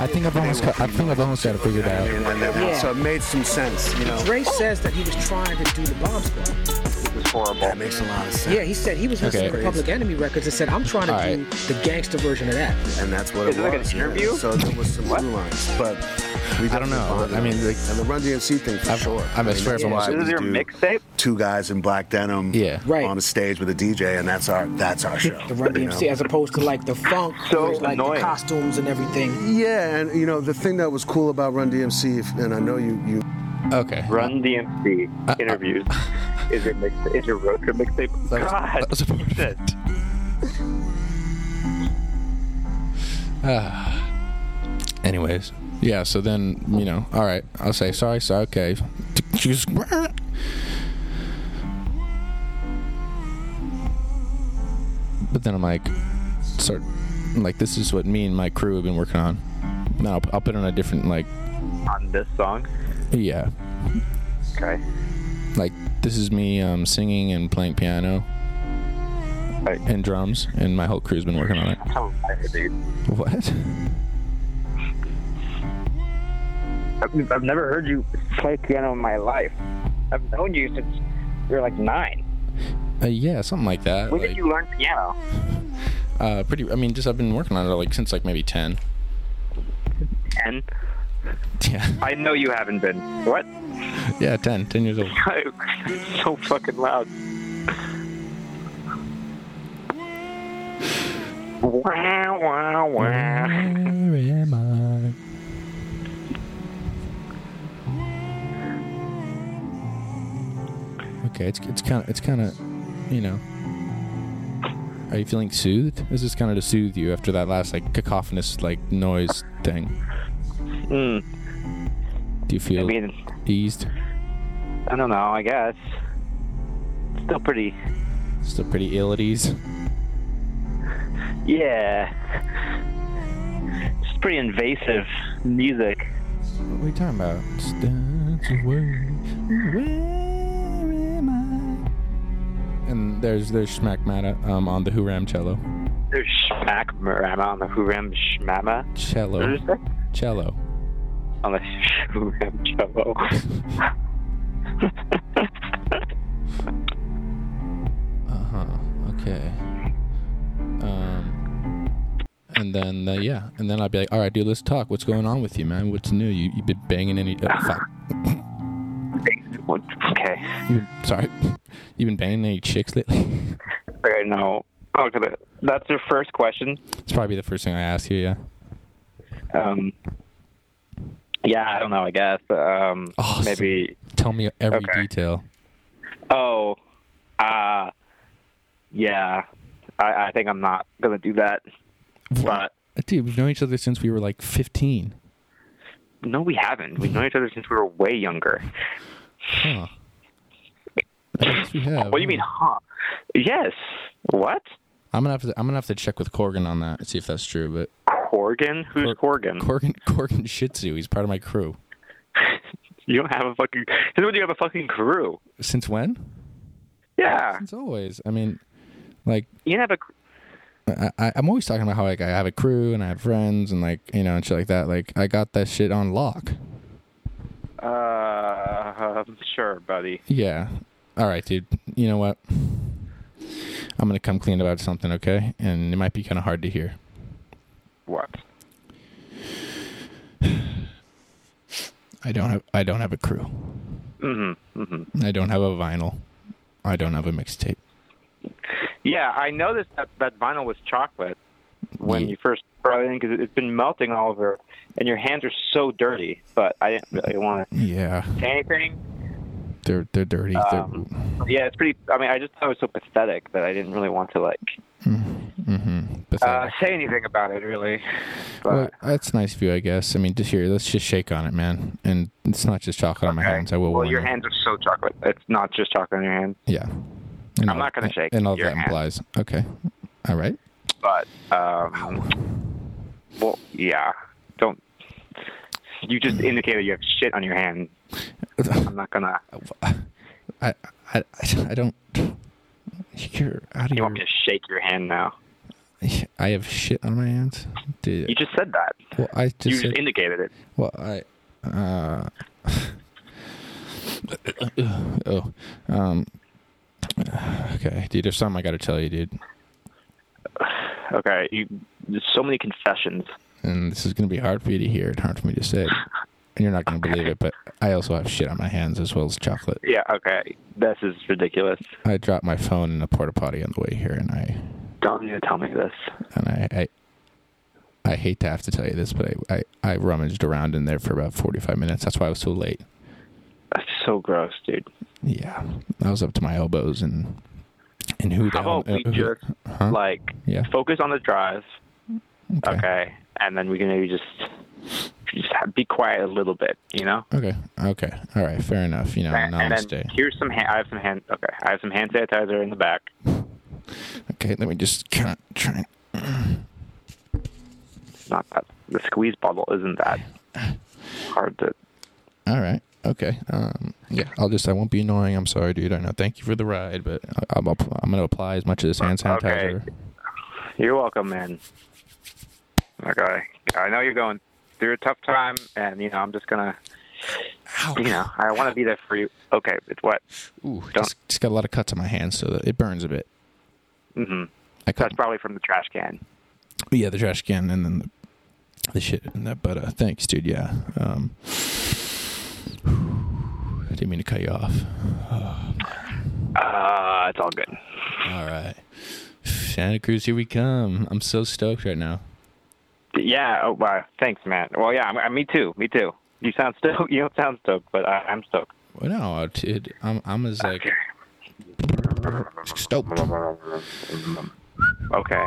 Speaker 1: I think I've almost got, I think I've almost got it figured
Speaker 5: I
Speaker 1: out.
Speaker 5: mean, and then-
Speaker 8: Yeah.
Speaker 5: so it made some sense, you know.
Speaker 8: Dre says that he was trying to do the bomb squad.
Speaker 4: It was horrible.
Speaker 5: That makes a lot of sense.
Speaker 8: Yeah, he said he was listening
Speaker 1: Okay.
Speaker 8: to Public Enemy records and said, I'm trying to
Speaker 1: All right.
Speaker 8: do the gangster version of that.
Speaker 5: and that's what it
Speaker 4: Is it like an
Speaker 5: was. yeah.
Speaker 4: interview?
Speaker 5: So there was some blue lines, but we
Speaker 1: I don't know.
Speaker 5: definitely
Speaker 1: I mean,
Speaker 5: bonded.
Speaker 1: like-
Speaker 5: and the Run DMC thing for
Speaker 1: I've-
Speaker 5: sure.
Speaker 1: I mean, I swear
Speaker 5: that's
Speaker 1: if I'm
Speaker 5: why
Speaker 1: honest-
Speaker 4: This is
Speaker 5: we
Speaker 4: your
Speaker 5: do
Speaker 4: mixtape?
Speaker 5: Two guys in black denim,
Speaker 1: Yeah.
Speaker 8: Right.
Speaker 5: on a stage with a DJ, and that's our that's our show.
Speaker 8: The Run
Speaker 5: you know?
Speaker 8: DMC, as opposed to like the funk,
Speaker 4: So
Speaker 8: which, like
Speaker 4: annoying.
Speaker 8: the costumes and everything.
Speaker 5: Yeah, and you know the thing that was cool about Run DMC, if, and I know you you
Speaker 1: Okay.
Speaker 4: Run DMC interviews. Is your mix? Is your road trip mixtape?
Speaker 1: That was-
Speaker 4: God,
Speaker 1: that was a-
Speaker 4: Jesus.
Speaker 1: <sighs> Anyways. Yeah. So then you know. All right. I'll say sorry. Sorry. Okay. Just- But then I'm like, start I'm like this is what me and my crew have been working on. Now I'll, I'll put on a different like
Speaker 4: on this song.
Speaker 1: yeah
Speaker 4: Okay.
Speaker 1: like this is me um, singing and playing piano
Speaker 4: Right.
Speaker 1: and drums and my whole crew's been working on it
Speaker 4: I'm tired, dude.
Speaker 1: what
Speaker 4: I've, I've never heard you play piano in my life. I've known you since you were like nine.
Speaker 1: uh, yeah something like that
Speaker 4: When
Speaker 1: like,
Speaker 4: did you learn piano?
Speaker 1: uh, pretty i mean just i've been working on it like since like maybe 10
Speaker 4: Ten.
Speaker 1: <laughs> yeah
Speaker 4: I know you haven't been. What? <laughs>
Speaker 1: yeah 10 10 years old
Speaker 4: It's so fucking loud. Wow, wow,
Speaker 1: Mm.
Speaker 4: wow.
Speaker 1: where am i okay it's it's kind of it's kind of you know are you feeling soothed this is kind of to soothe you after that last like cacophonous like noise thing
Speaker 4: Mm,
Speaker 1: do you feel
Speaker 4: I mean,
Speaker 1: eased.
Speaker 4: I don't know, I guess. Still pretty.
Speaker 1: Still pretty ill at ease.
Speaker 4: Yeah. It's pretty invasive music.
Speaker 1: What are you talking about? Stands away. Where am I? And there's there's Schmack Mata um, on the Huram cello.
Speaker 4: There's Schmack Marama on the Huram Shmama. What
Speaker 1: Cello.
Speaker 4: is that?
Speaker 1: Cello.
Speaker 4: On the Huram Cello.
Speaker 1: Uh huh. Okay. Um. And then uh, yeah, and then I'd be like, all right, dude, let's talk. What's going on with you, man? What's new? You you been banging any? Uh, fuck.
Speaker 4: <laughs> okay.
Speaker 1: You, sorry. <laughs> You been banging any chicks lately? <laughs>
Speaker 4: Okay, no. Okay, but that's your first question.
Speaker 1: it's probably the first thing I ask you. Yeah.
Speaker 4: Um, yeah, I don't know. I guess um,
Speaker 1: Awesome.
Speaker 4: maybe.
Speaker 1: Tell me every
Speaker 4: Okay.
Speaker 1: detail.
Speaker 4: Oh, uh, yeah. I, I think I'm not gonna do that. But
Speaker 1: Uh, Dude, we've known each other since we were like 15.
Speaker 4: no, we haven't. We've known each other since we were way younger.
Speaker 1: Huh. I guess we have.
Speaker 4: What do you mean, huh? Yes. What?
Speaker 1: I'm gonna have to. I'm gonna have to check with Corgan on that and see if that's true. But
Speaker 4: Corgan? Who's Corgan?
Speaker 1: Corgan, <laughs> Corgan Shih Tzu, he's part of my crew.
Speaker 4: you don't have a fucking. Since when do you have a fucking crew?
Speaker 1: Since when?
Speaker 4: Yeah,
Speaker 1: Since always. I mean, like
Speaker 4: you have a. cr-
Speaker 1: I, I, I'm always talking about how like I have a crew and I have friends and like you know and shit like that. Like I got that shit on lock.
Speaker 4: Uh, sure, buddy.
Speaker 1: Yeah. All right, dude. You know what? I'm gonna come clean about something, okay? And it might be kind of hard to hear.
Speaker 4: What?
Speaker 1: I don't have. I don't have a crew.
Speaker 4: Mm-hmm. Mm-hmm.
Speaker 1: I don't have a vinyl. I don't have a mixtape.
Speaker 4: Yeah, I noticed that that vinyl was chocolate when
Speaker 1: Yeah.
Speaker 4: you first brought it in because it's been melting all over, and your hands are so dirty. But I didn't really want to
Speaker 1: Yeah,
Speaker 4: say anything.
Speaker 1: they're they're dirty.
Speaker 4: Um, yeah, it's pretty. I mean, I just thought it was so pathetic that I didn't really want to like
Speaker 1: they're
Speaker 4: uh,
Speaker 1: pathetic.
Speaker 4: say anything about it, really. But
Speaker 1: well, that's nice of you, I guess. I mean, just here, let's just shake on it, man. And it's not just chocolate on my hands. I will.
Speaker 4: well,
Speaker 1: warn
Speaker 4: your
Speaker 1: you.
Speaker 4: hands are so chocolate. It's not just chocolate on your hands.
Speaker 1: Yeah. And
Speaker 4: I'm not gonna
Speaker 1: and-
Speaker 4: shake
Speaker 1: And all
Speaker 4: your
Speaker 1: that
Speaker 4: hand.
Speaker 1: implies. Okay. All right.
Speaker 4: but um, well, yeah, don't. You just
Speaker 1: Mm.
Speaker 4: indicated you have shit on
Speaker 1: <laughs>
Speaker 4: your hand. I'm not gonna.
Speaker 1: I I I don't. You're out of
Speaker 4: You
Speaker 1: your.
Speaker 4: want me to shake your hand now?
Speaker 1: I have shit on my hands. Dude.
Speaker 4: You just said that.
Speaker 1: well, I just
Speaker 4: You
Speaker 1: said-
Speaker 4: just indicated it.
Speaker 1: Well, I. Uh, <laughs> oh. Um. Okay, dude. There's something I gotta tell you, dude.
Speaker 4: Okay, you. There's so many confessions.
Speaker 1: And this is gonna be hard for you to hear and hard for me to say. And you're not gonna believe it, but I also have shit on my hands as well as chocolate.
Speaker 4: Yeah. Okay, this is ridiculous.
Speaker 1: I dropped my phone in a porta potty on the way here, and I
Speaker 4: Don't need to tell me this.
Speaker 1: and I. I I hate to have to tell you this, but I, I, I rummaged around in there for about 45 minutes. That's why I was so late.
Speaker 4: That's so gross, dude.
Speaker 1: Yeah. I was up to my elbows and and who the
Speaker 4: How
Speaker 1: hell-
Speaker 4: about we
Speaker 1: uh, who-
Speaker 4: just
Speaker 1: huh?
Speaker 4: like
Speaker 1: Yeah.
Speaker 4: focus on the drive, okay. and then we can maybe just just ha- be quiet a little bit, you know?
Speaker 1: Okay. Okay. All right. Fair enough. You know,
Speaker 4: and, and
Speaker 1: namaste.
Speaker 4: then here's some. Ha- I have some hand. Okay, I have some hand sanitizer in the back.
Speaker 1: okay. Let me just kind of try.
Speaker 4: It's not that the squeeze bottle isn't that hard to.
Speaker 1: All right. Okay. Um. Yeah. I'll just. I won't be annoying. I'm sorry, dude. I know. Thank you for the ride, but I, I'm. app- I'm gonna apply as much of this hand sanitizer.
Speaker 4: Okay. You're welcome, man. Okay, I know you're going through a tough time, and you know I'm just gonna. You know, I want to be there for you. Okay, it's what?
Speaker 1: Ooh.
Speaker 4: Don't-
Speaker 1: Just, just got a lot of cuts on my hands, so that it burns a bit.
Speaker 4: hmm
Speaker 1: I cut.
Speaker 4: That's probably from the trash can.
Speaker 1: yeah, the trash can and then the, the shit and that. But uh, thanks, dude. Yeah. Um. I didn't mean to cut you off.
Speaker 4: Uh, it's all good.
Speaker 1: All right. Santa Cruz, here we come. I'm so stoked right now.
Speaker 4: Yeah. Oh, wow. Thanks, man. Well, yeah. I, me too. Me too. You sound stoked. <laughs> You don't sound stoked, but I, I'm stoked.
Speaker 1: Well, no, dude, I'm I'm as like stoked.
Speaker 4: Okay.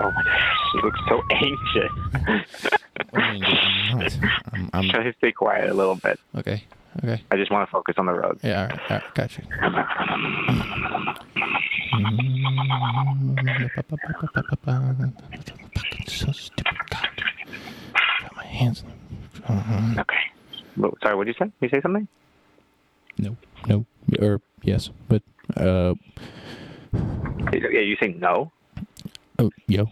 Speaker 4: Oh my gosh, she looks so <laughs> anxious.
Speaker 1: I mean, I'm not. I'm, I'm
Speaker 4: Try to stay quiet a little bit.
Speaker 1: okay. Okay.
Speaker 4: I just want to focus on the road.
Speaker 1: Yeah. All right. All right gotcha. So stupid. God. Got my hands. Uh-huh.
Speaker 4: Okay. Well, sorry, what did you say? You say something?
Speaker 1: No. No. Or yes, but uh.
Speaker 4: Yeah, you say no.
Speaker 1: Oh, yo.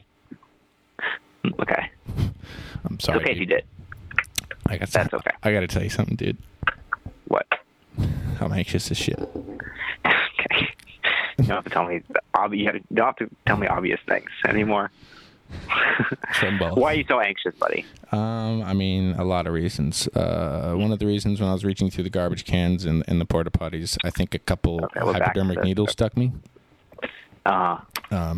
Speaker 4: Mm, Okay.
Speaker 1: I'm
Speaker 4: It's
Speaker 1: sorry.
Speaker 4: okay
Speaker 1: dude.
Speaker 4: if you did.
Speaker 1: I got.
Speaker 4: That's okay.
Speaker 1: I gotta tell you something, dude.
Speaker 4: What?
Speaker 1: I'm anxious as shit.
Speaker 4: Okay. You don't have to tell me obvious. You don't have to tell me obvious things anymore.
Speaker 1: Tremble.
Speaker 4: Why are you so anxious, buddy?
Speaker 1: Um, I mean, a lot of reasons. Uh, one of the reasons when I was reaching through the garbage cans and in the porta potties, I think a couple
Speaker 4: Okay, we're back to
Speaker 1: hypodermic
Speaker 4: this.
Speaker 1: needles stuck me. Um,
Speaker 4: Uh,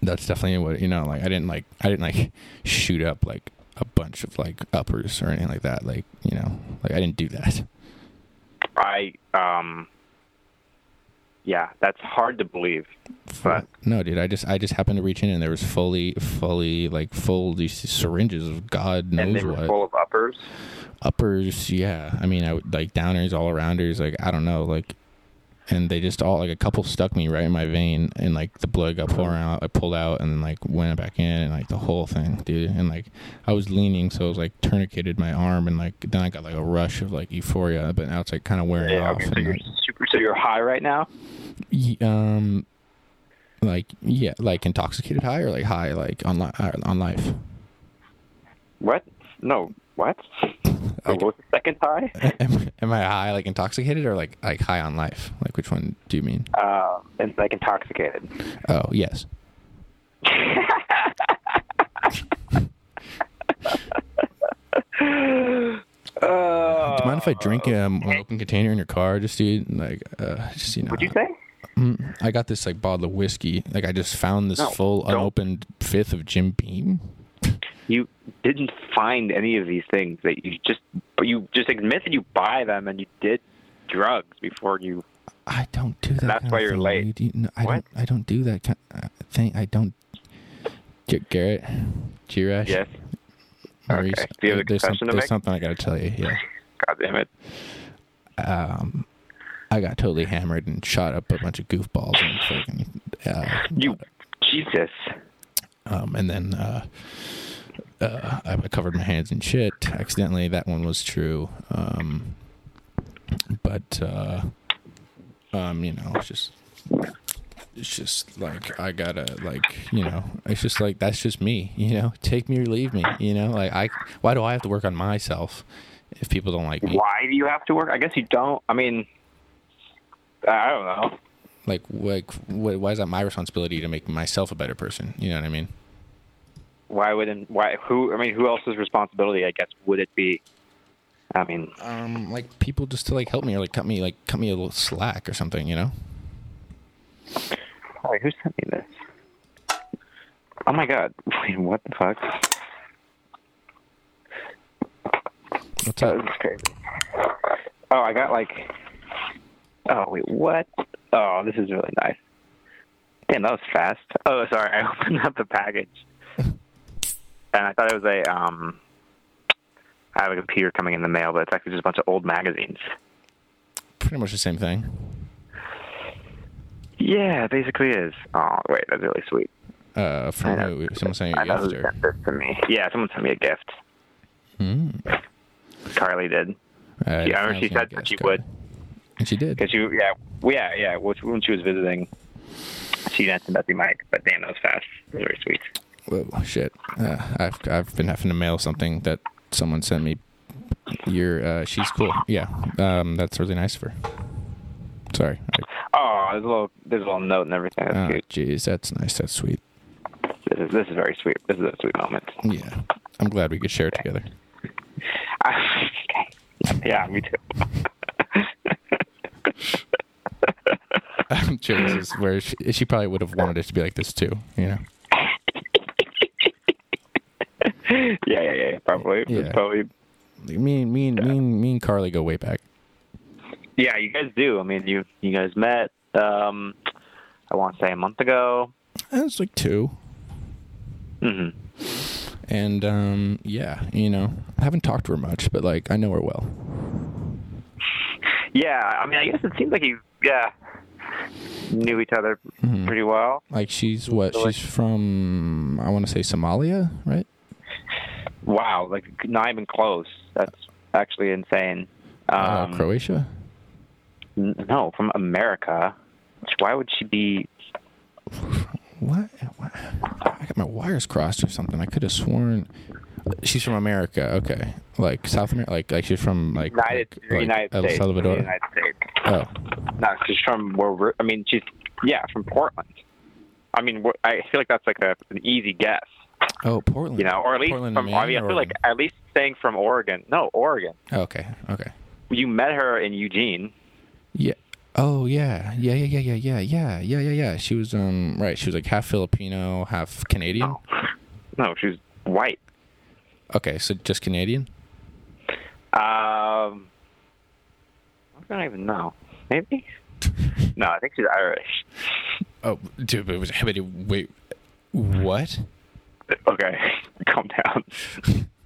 Speaker 1: That's definitely what you know. Like, I didn't like, I didn't like shoot up like a bunch of like uppers or anything like that. Like, you know, like I didn't do that.
Speaker 4: I um, yeah, that's hard to believe. But
Speaker 1: No, dude, I just, I just happened to reach in and there was fully, fully like full these syringes of God knows
Speaker 4: and they were
Speaker 1: what.
Speaker 4: full of uppers.
Speaker 1: uppers yeah i mean i would like downers all arounders like i don't know like and they just all like a couple stuck me right in my vein and like the blood got pouring out i pulled out and like went back in and like the whole thing dude and like i was leaning so it was like tourniqueted my arm and like then i got like a rush of like euphoria but now it's like kind of wearing
Speaker 4: Yeah,
Speaker 1: off
Speaker 4: okay, so
Speaker 1: and
Speaker 4: you're
Speaker 1: like,
Speaker 4: super. So you're high right now.
Speaker 1: y- um like yeah like intoxicated high or like high like on, li- uh, on life
Speaker 4: What? No. What? Oh, what was the second high?
Speaker 1: am, am i high like intoxicated or like like high on life like which one do you mean
Speaker 4: Uh, it's like intoxicated.
Speaker 1: Oh yes.
Speaker 4: Uh,
Speaker 1: Do you mind if I drink um, an open container in your car, just dude? Like, uh, just you know,
Speaker 4: What'd you say?
Speaker 1: I got this like bottle of whiskey. Like, I just found this
Speaker 4: No,
Speaker 1: full
Speaker 4: don't.
Speaker 1: unopened fifth of Jim Beam.
Speaker 4: You didn't find any of these things that you just, but you just admit that you buy them and you did drugs before you.
Speaker 1: I don't do that.
Speaker 4: That's
Speaker 1: kind of
Speaker 4: why you're
Speaker 1: thing,
Speaker 4: late.
Speaker 1: dude. You- no, I
Speaker 4: What?
Speaker 1: don't. I don't do that kind of thing. I don't. J- Garrett, Jirash, <laughs>
Speaker 4: Yes.
Speaker 1: Maurice,
Speaker 4: okay. Do you have a
Speaker 1: there's, some-
Speaker 4: confession to
Speaker 1: there's
Speaker 4: make?
Speaker 1: something I gotta tell you. Yeah.
Speaker 4: God damn it.
Speaker 1: um, I got totally hammered and shot up a bunch of goofballs and fucking, uh,
Speaker 4: You, Jesus.
Speaker 1: um, and then uh, uh, I covered my hands in shit accidentally. That one was true, um, but uh, um, you know, it's just it's just like I gotta like you know, it's just like that's just me. You know, take me or leave me. You know, like I why do I have to work on myself if people don't like me?
Speaker 4: Why do you have to work? I guess you don't. I mean, I don't know.
Speaker 1: Like like wh- why is that my responsibility to make myself a better person? You know what I mean?
Speaker 4: Why wouldn't why who? I mean, who else's responsibility? I guess would it be? I mean,
Speaker 1: um, like people just to like help me or like cut me like cut me a little slack or something, you know?
Speaker 4: Wait, who sent me this? Oh my god. <laughs> Wait, what the fuck?
Speaker 1: What's up?
Speaker 4: That was crazy. Oh, I got like. Oh, wait, what? Oh, this is really nice. Damn, that was fast. Oh, sorry, I <laughs> opened up the package. And I thought it was a, um. I have a computer coming in the mail, but it's actually just a bunch of old magazines.
Speaker 1: Pretty much the same thing.
Speaker 4: Yeah, it basically is. Oh, wait, that's really sweet.
Speaker 1: Uh,
Speaker 4: I
Speaker 1: from
Speaker 4: know.
Speaker 1: who? Someone saying
Speaker 4: I know who
Speaker 1: after.
Speaker 4: sent this to me. Yeah, someone sent me a gift.
Speaker 1: Hmm.
Speaker 4: Carly did.
Speaker 1: Uh,
Speaker 4: Yeah, I remember she said that she would.
Speaker 1: And she did.
Speaker 4: Because you, yeah, well, yeah, yeah. Which when she was visiting, she mentioned that the mic, but damn, that was fast. It was very sweet.
Speaker 1: Whoa, shit. Uh, I've I've been having to mail something that someone sent me. Your uh, she's cool. Yeah, um, that's really nice of her. Sorry. I-
Speaker 4: Oh, there's a little, there's a little note and everything. That's
Speaker 1: Oh,
Speaker 4: cute.
Speaker 1: jeez, that's nice. That's sweet.
Speaker 4: This is, this is very sweet. This is a sweet moment. <laughs>
Speaker 1: Yeah, I'm glad we could share it together. <laughs>
Speaker 4: yeah, me too. <laughs>
Speaker 1: I'm sure this is where she, she probably would have wanted it to be like this too. You know.
Speaker 4: Yeah, yeah, yeah. Probably,
Speaker 1: Yeah.
Speaker 4: probably.
Speaker 1: me and me and me and, me and Carly go way back.
Speaker 4: Yeah, you guys do. I mean, you, you guys met. Um, I want to say a month ago.
Speaker 1: It was like 2
Speaker 4: Mhm.
Speaker 1: And um, yeah, you know, I haven't talked to her much, but like I know her well.
Speaker 4: Yeah, I mean, I guess it seems like you, yeah, knew each other
Speaker 1: Mm-hmm.
Speaker 4: pretty well.
Speaker 1: Like she's what? She's from I want to say Somalia, right?
Speaker 4: Wow, like not even close. That's actually insane.
Speaker 1: Uh,
Speaker 4: Um,
Speaker 1: Croatia.
Speaker 4: n- no, from America. Which- Why would she be?
Speaker 1: What? what? I got my wires crossed or something. I could have sworn she's from America. Okay, like South America. Like like she's from like
Speaker 4: United,
Speaker 1: like,
Speaker 4: United
Speaker 1: El
Speaker 4: States.
Speaker 1: Salvador.
Speaker 4: United States.
Speaker 1: Oh,
Speaker 4: No, she's from where we're. I mean, she's yeah, from Portland. I mean, wh- I feel like that's like a, an easy guess,
Speaker 1: oh, Portland.
Speaker 4: you know, or at least
Speaker 1: Portland,
Speaker 4: from.
Speaker 1: man,
Speaker 4: I mean, I
Speaker 1: or
Speaker 4: feel like
Speaker 1: Oregon?
Speaker 4: at least saying from Oregon. No, Oregon.
Speaker 1: okay, okay.
Speaker 4: You met her in Eugene.
Speaker 1: Yeah. Oh yeah. Yeah yeah yeah yeah yeah yeah yeah yeah yeah. She was um right. She was like half Filipino, half Canadian.
Speaker 4: No, she's white.
Speaker 1: Okay, so just Canadian.
Speaker 4: Um, I don't even know.
Speaker 1: <laughs>
Speaker 4: Maybe. No, I think she's Irish.
Speaker 1: Oh, dude, but it was <laughs> wait, wait, what?
Speaker 4: Okay, <laughs> calm down.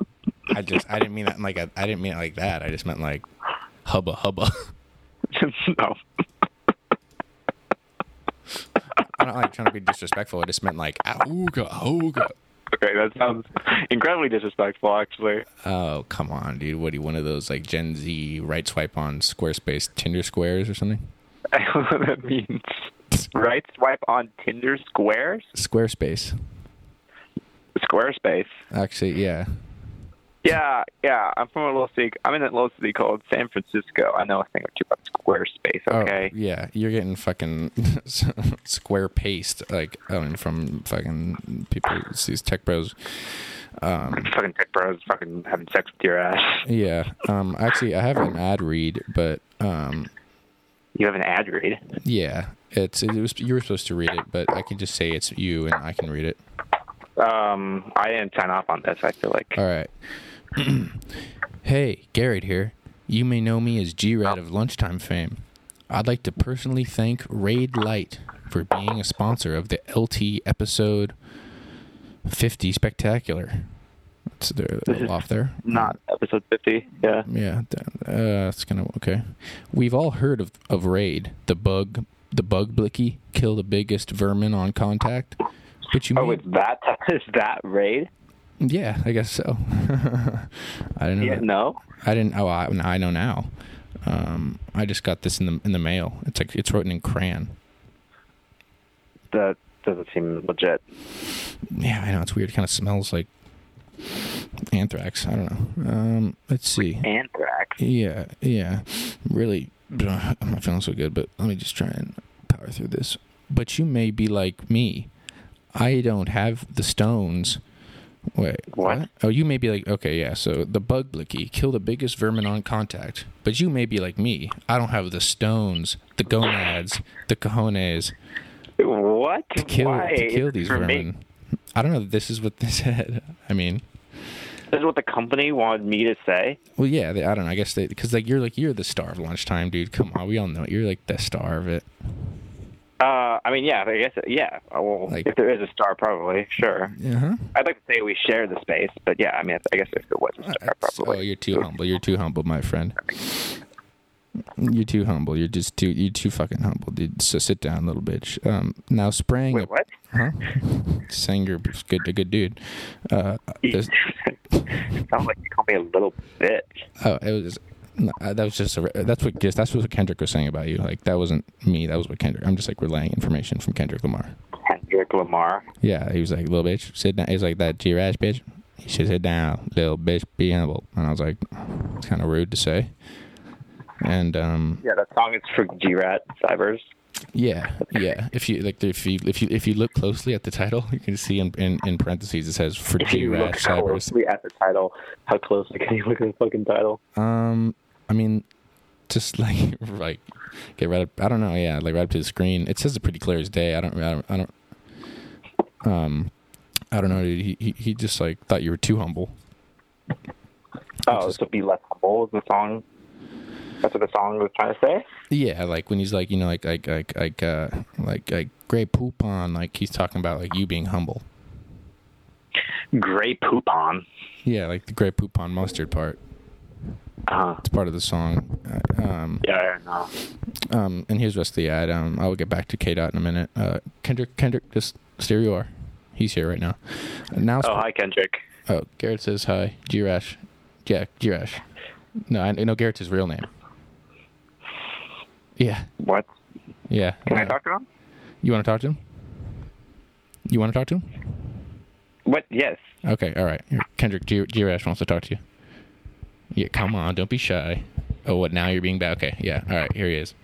Speaker 4: <laughs>
Speaker 1: I just I didn't mean that in like I, I didn't mean it like that. I just meant like hubba hubba. <laughs>
Speaker 4: no.
Speaker 1: I'm not like trying to be disrespectful. I just meant like ooga ooga.
Speaker 4: Okay, that sounds incredibly disrespectful, actually. <laughs>
Speaker 1: Oh come on, dude! What are you one of those like Gen Z right swipe on Squarespace Tinder squares or something?
Speaker 4: I don't know what that means. Right swipe on Tinder Squares?
Speaker 1: Squarespace,
Speaker 4: Squarespace.
Speaker 1: actually, yeah.
Speaker 4: Yeah, yeah. I'm from a little city. I'm in a little city called San Francisco. I know a thing or two about Squarespace, okay?
Speaker 1: Oh, yeah, you're getting fucking <laughs> square paste, like I mean, from fucking people, it's these tech bros.
Speaker 4: Fucking tech bros fucking having sex with your ass.
Speaker 1: Yeah, um, actually, I have an ad read, but um,
Speaker 4: You have an ad read.
Speaker 1: yeah, it's it was you were supposed to read it, but I can just say it's you, and I can read it.
Speaker 4: Um, I didn't sign off on this, I feel like.
Speaker 1: All right. <clears throat> hey, Garrett here. You may know me as G
Speaker 4: Oh.
Speaker 1: Rad of Lunchtime fame. I'd like to personally thank Raid Light for being a sponsor of the LT episode 50 Spectacular. It's there,
Speaker 4: <laughs> This is
Speaker 1: off there.
Speaker 4: Not episode 50. Yeah.
Speaker 1: Yeah, th- uh, it's gonna okay. We've all heard of, of Raid, the bug, the bug blicky, kill the biggest vermin on contact. But you,
Speaker 4: Oh,
Speaker 1: may-
Speaker 4: it's that? <laughs> Is that raid?
Speaker 1: yeah, I guess so. <laughs> I didn't know.
Speaker 4: Yeah.
Speaker 1: that.
Speaker 4: No.
Speaker 1: I didn't. Oh, I, I know now. Um, I just got this in the in the mail. It's like it's written in crayon.
Speaker 4: That doesn't seem legit.
Speaker 1: Yeah, I know it's weird. Kind of smells like anthrax. I don't know. Um, let's see.
Speaker 4: Anthrax.
Speaker 1: Yeah, yeah. Really, <clears throat> I'm not feeling so good, but let me just try and power through this. But you may be like me. I don't have the stones. Wait.
Speaker 4: What?
Speaker 1: Oh, you may be like, okay, yeah. So the bug blicky kill the biggest vermin on contact. But you may be like me. I don't have the stones, the gonads, the cojones
Speaker 4: What?
Speaker 1: to kill
Speaker 4: Why?
Speaker 1: to kill these
Speaker 4: For me-
Speaker 1: vermin. I don't know. if This <laughs> is what they said. I mean,
Speaker 4: This is what the company wanted me to say.
Speaker 1: Well, yeah, they, I don't know. I guess they because like you're like you're the star of lunchtime, dude. Come on, we all know it. You're like the star of it.
Speaker 4: Uh, I mean, yeah, I guess, yeah. Uh, Well,
Speaker 1: Like-
Speaker 4: if there is a star, probably, sure.
Speaker 1: Uh huh.
Speaker 4: I'd like to say we share the space, but yeah, I mean, I guess if it was a star,
Speaker 1: Oh,
Speaker 4: probably.
Speaker 1: you're too humble. You're too humble, my friend. You're too humble. You're just too. You're too fucking humble, dude. So sit down, little bitch. Um, now spraying.
Speaker 4: Wait,
Speaker 1: a-
Speaker 4: what?
Speaker 1: Huh? Saying you're good, a good dude. Uh, this-
Speaker 4: <laughs> Sounds like you call me a little bitch.
Speaker 1: oh, it was. no, uh, that was just a. re- That's what. Just, that's what Kendrick was saying about you. Like that wasn't me. That was what Kendrick. I'm just like relaying information from Kendrick Lamar.
Speaker 4: Kendrick Lamar.
Speaker 1: Yeah, he was like, little bitch, sit down. He's like, that G Rash bitch, you should sit down, little bitch, be humble. And I was like, it's kind of rude to say. And um,
Speaker 4: Yeah, that song is for G Rat Cybers.
Speaker 1: yeah, yeah. If you like, if you if you if you look closely at the title, you can see in in, in parentheses it says for
Speaker 4: If
Speaker 1: G
Speaker 4: you
Speaker 1: Rash
Speaker 4: look
Speaker 1: cybers.
Speaker 4: closely at the title, how closely can you look at the fucking title?
Speaker 1: Um, I mean, just <laughs> like like get right up. I don't know. Yeah, like right up to the screen. It says it pretty clear as day. I don't. I don't. I don't um, I don't know. Dude. He, he he just like thought you were too humble.
Speaker 4: Oh, so be less humble is the song. That's what the song was trying to say.
Speaker 1: Yeah, like when he's like, you know, like like like like uh like like Grey Poupon, like he's talking about like you being humble.
Speaker 4: Gray poupon.
Speaker 1: Yeah, like the Grey Poupon mustard part.
Speaker 4: Uh,
Speaker 1: It's part of the song. Uh, Um,
Speaker 4: yeah, I know.
Speaker 1: um, and here's the rest of the ad. Um, I will get back to K dot in a minute. Uh, Kendrick, Kendrick, just stereo R. He's here right now. Now,
Speaker 4: Oh, hi, Kendrick.
Speaker 1: oh, Garrett says hi. G Rash, yeah, G Rash. No, I know Garrett's his real name. Yeah,
Speaker 4: What?
Speaker 1: yeah.
Speaker 4: Can I
Speaker 1: Uh,
Speaker 4: talk to him?
Speaker 1: You want to talk to him? You want to talk to him?
Speaker 4: What? Yes.
Speaker 1: Okay, all right. Here, Kendrick G- G-Rash wants to talk to you. Yeah, come on, don't be shy. Oh, what? Now you're being bad. Okay, yeah. All right, here he is.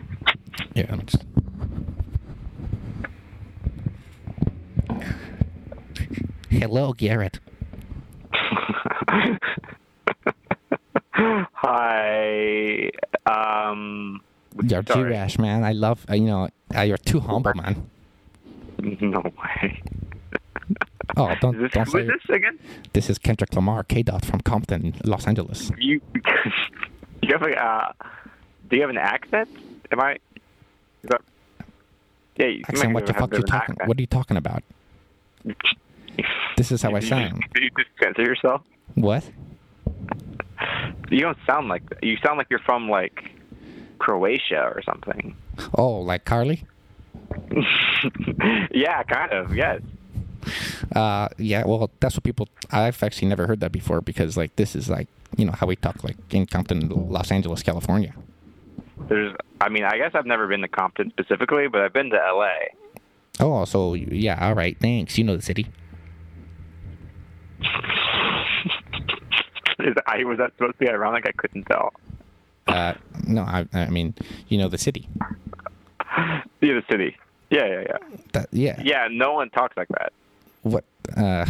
Speaker 1: <clears throat> yeah, I'm just. Hello, Garrett.
Speaker 4: Hi. Um.
Speaker 1: You're
Speaker 4: Sorry.
Speaker 1: G-Rash, man. I love. Uh, you know, uh, you're too humble, man.
Speaker 4: No way.
Speaker 1: Oh, don't
Speaker 4: Is this,
Speaker 1: don't
Speaker 4: who
Speaker 1: say.
Speaker 4: is this again?
Speaker 1: This is Kendrick Lamar, K. Dot from Compton, Los Angeles.
Speaker 4: You. <laughs> you have a. Uh, do you have an accent? Am I? Is that? Yeah. You
Speaker 1: Accent,
Speaker 4: might
Speaker 1: what the
Speaker 4: have
Speaker 1: fuck
Speaker 4: a
Speaker 1: you
Speaker 4: bit of an
Speaker 1: talking? What are you talking
Speaker 4: <laughs>
Speaker 1: about?
Speaker 4: accent.
Speaker 1: This is how I
Speaker 4: Did you-
Speaker 1: sound.
Speaker 4: Did you just censor yourself?
Speaker 1: What?
Speaker 4: You don't sound like that. You sound like you're from like Croatia or something. <laughs>
Speaker 1: Oh, like Carly?
Speaker 4: yeah, kind of. Yes.
Speaker 1: Uh, yeah, well, that's what people. I've actually never heard that before because, like, this is like you know how we talk like in Compton, Los Angeles, California.
Speaker 4: There's. I mean, I guess I've never been to Compton specifically, but I've been to L.A.
Speaker 1: Oh, so yeah, all right, thanks. You know the city.
Speaker 4: <laughs> Is, I was that supposed to be ironic? I couldn't tell.
Speaker 1: Uh, no, I, I mean, you know the city.
Speaker 4: Yeah, the city. Yeah, yeah, yeah.
Speaker 1: That, yeah.
Speaker 4: Yeah, no one talks like that.
Speaker 1: What? Uh,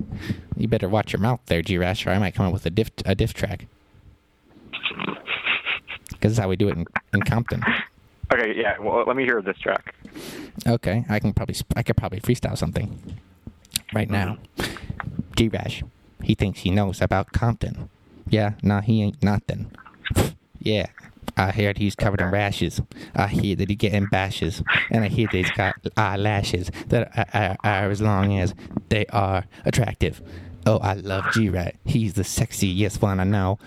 Speaker 1: <laughs> you better watch your mouth there, G Rash, or I might come up with a diff a diff track. Because that's how we do it in, in Compton.
Speaker 4: Okay, yeah. Well, let me hear this track.
Speaker 1: Okay, I can probably sp- I could probably freestyle something right now. G Rash, he thinks he knows about Compton. Yeah, nah, he ain't nothing. <laughs> yeah, I heard he's covered in rashes. I hear that he getting bashes, and I hear that he's got eyelashes that are, are, are as long as they are attractive. Oh, I love G Rat. He's the sexiest one I know.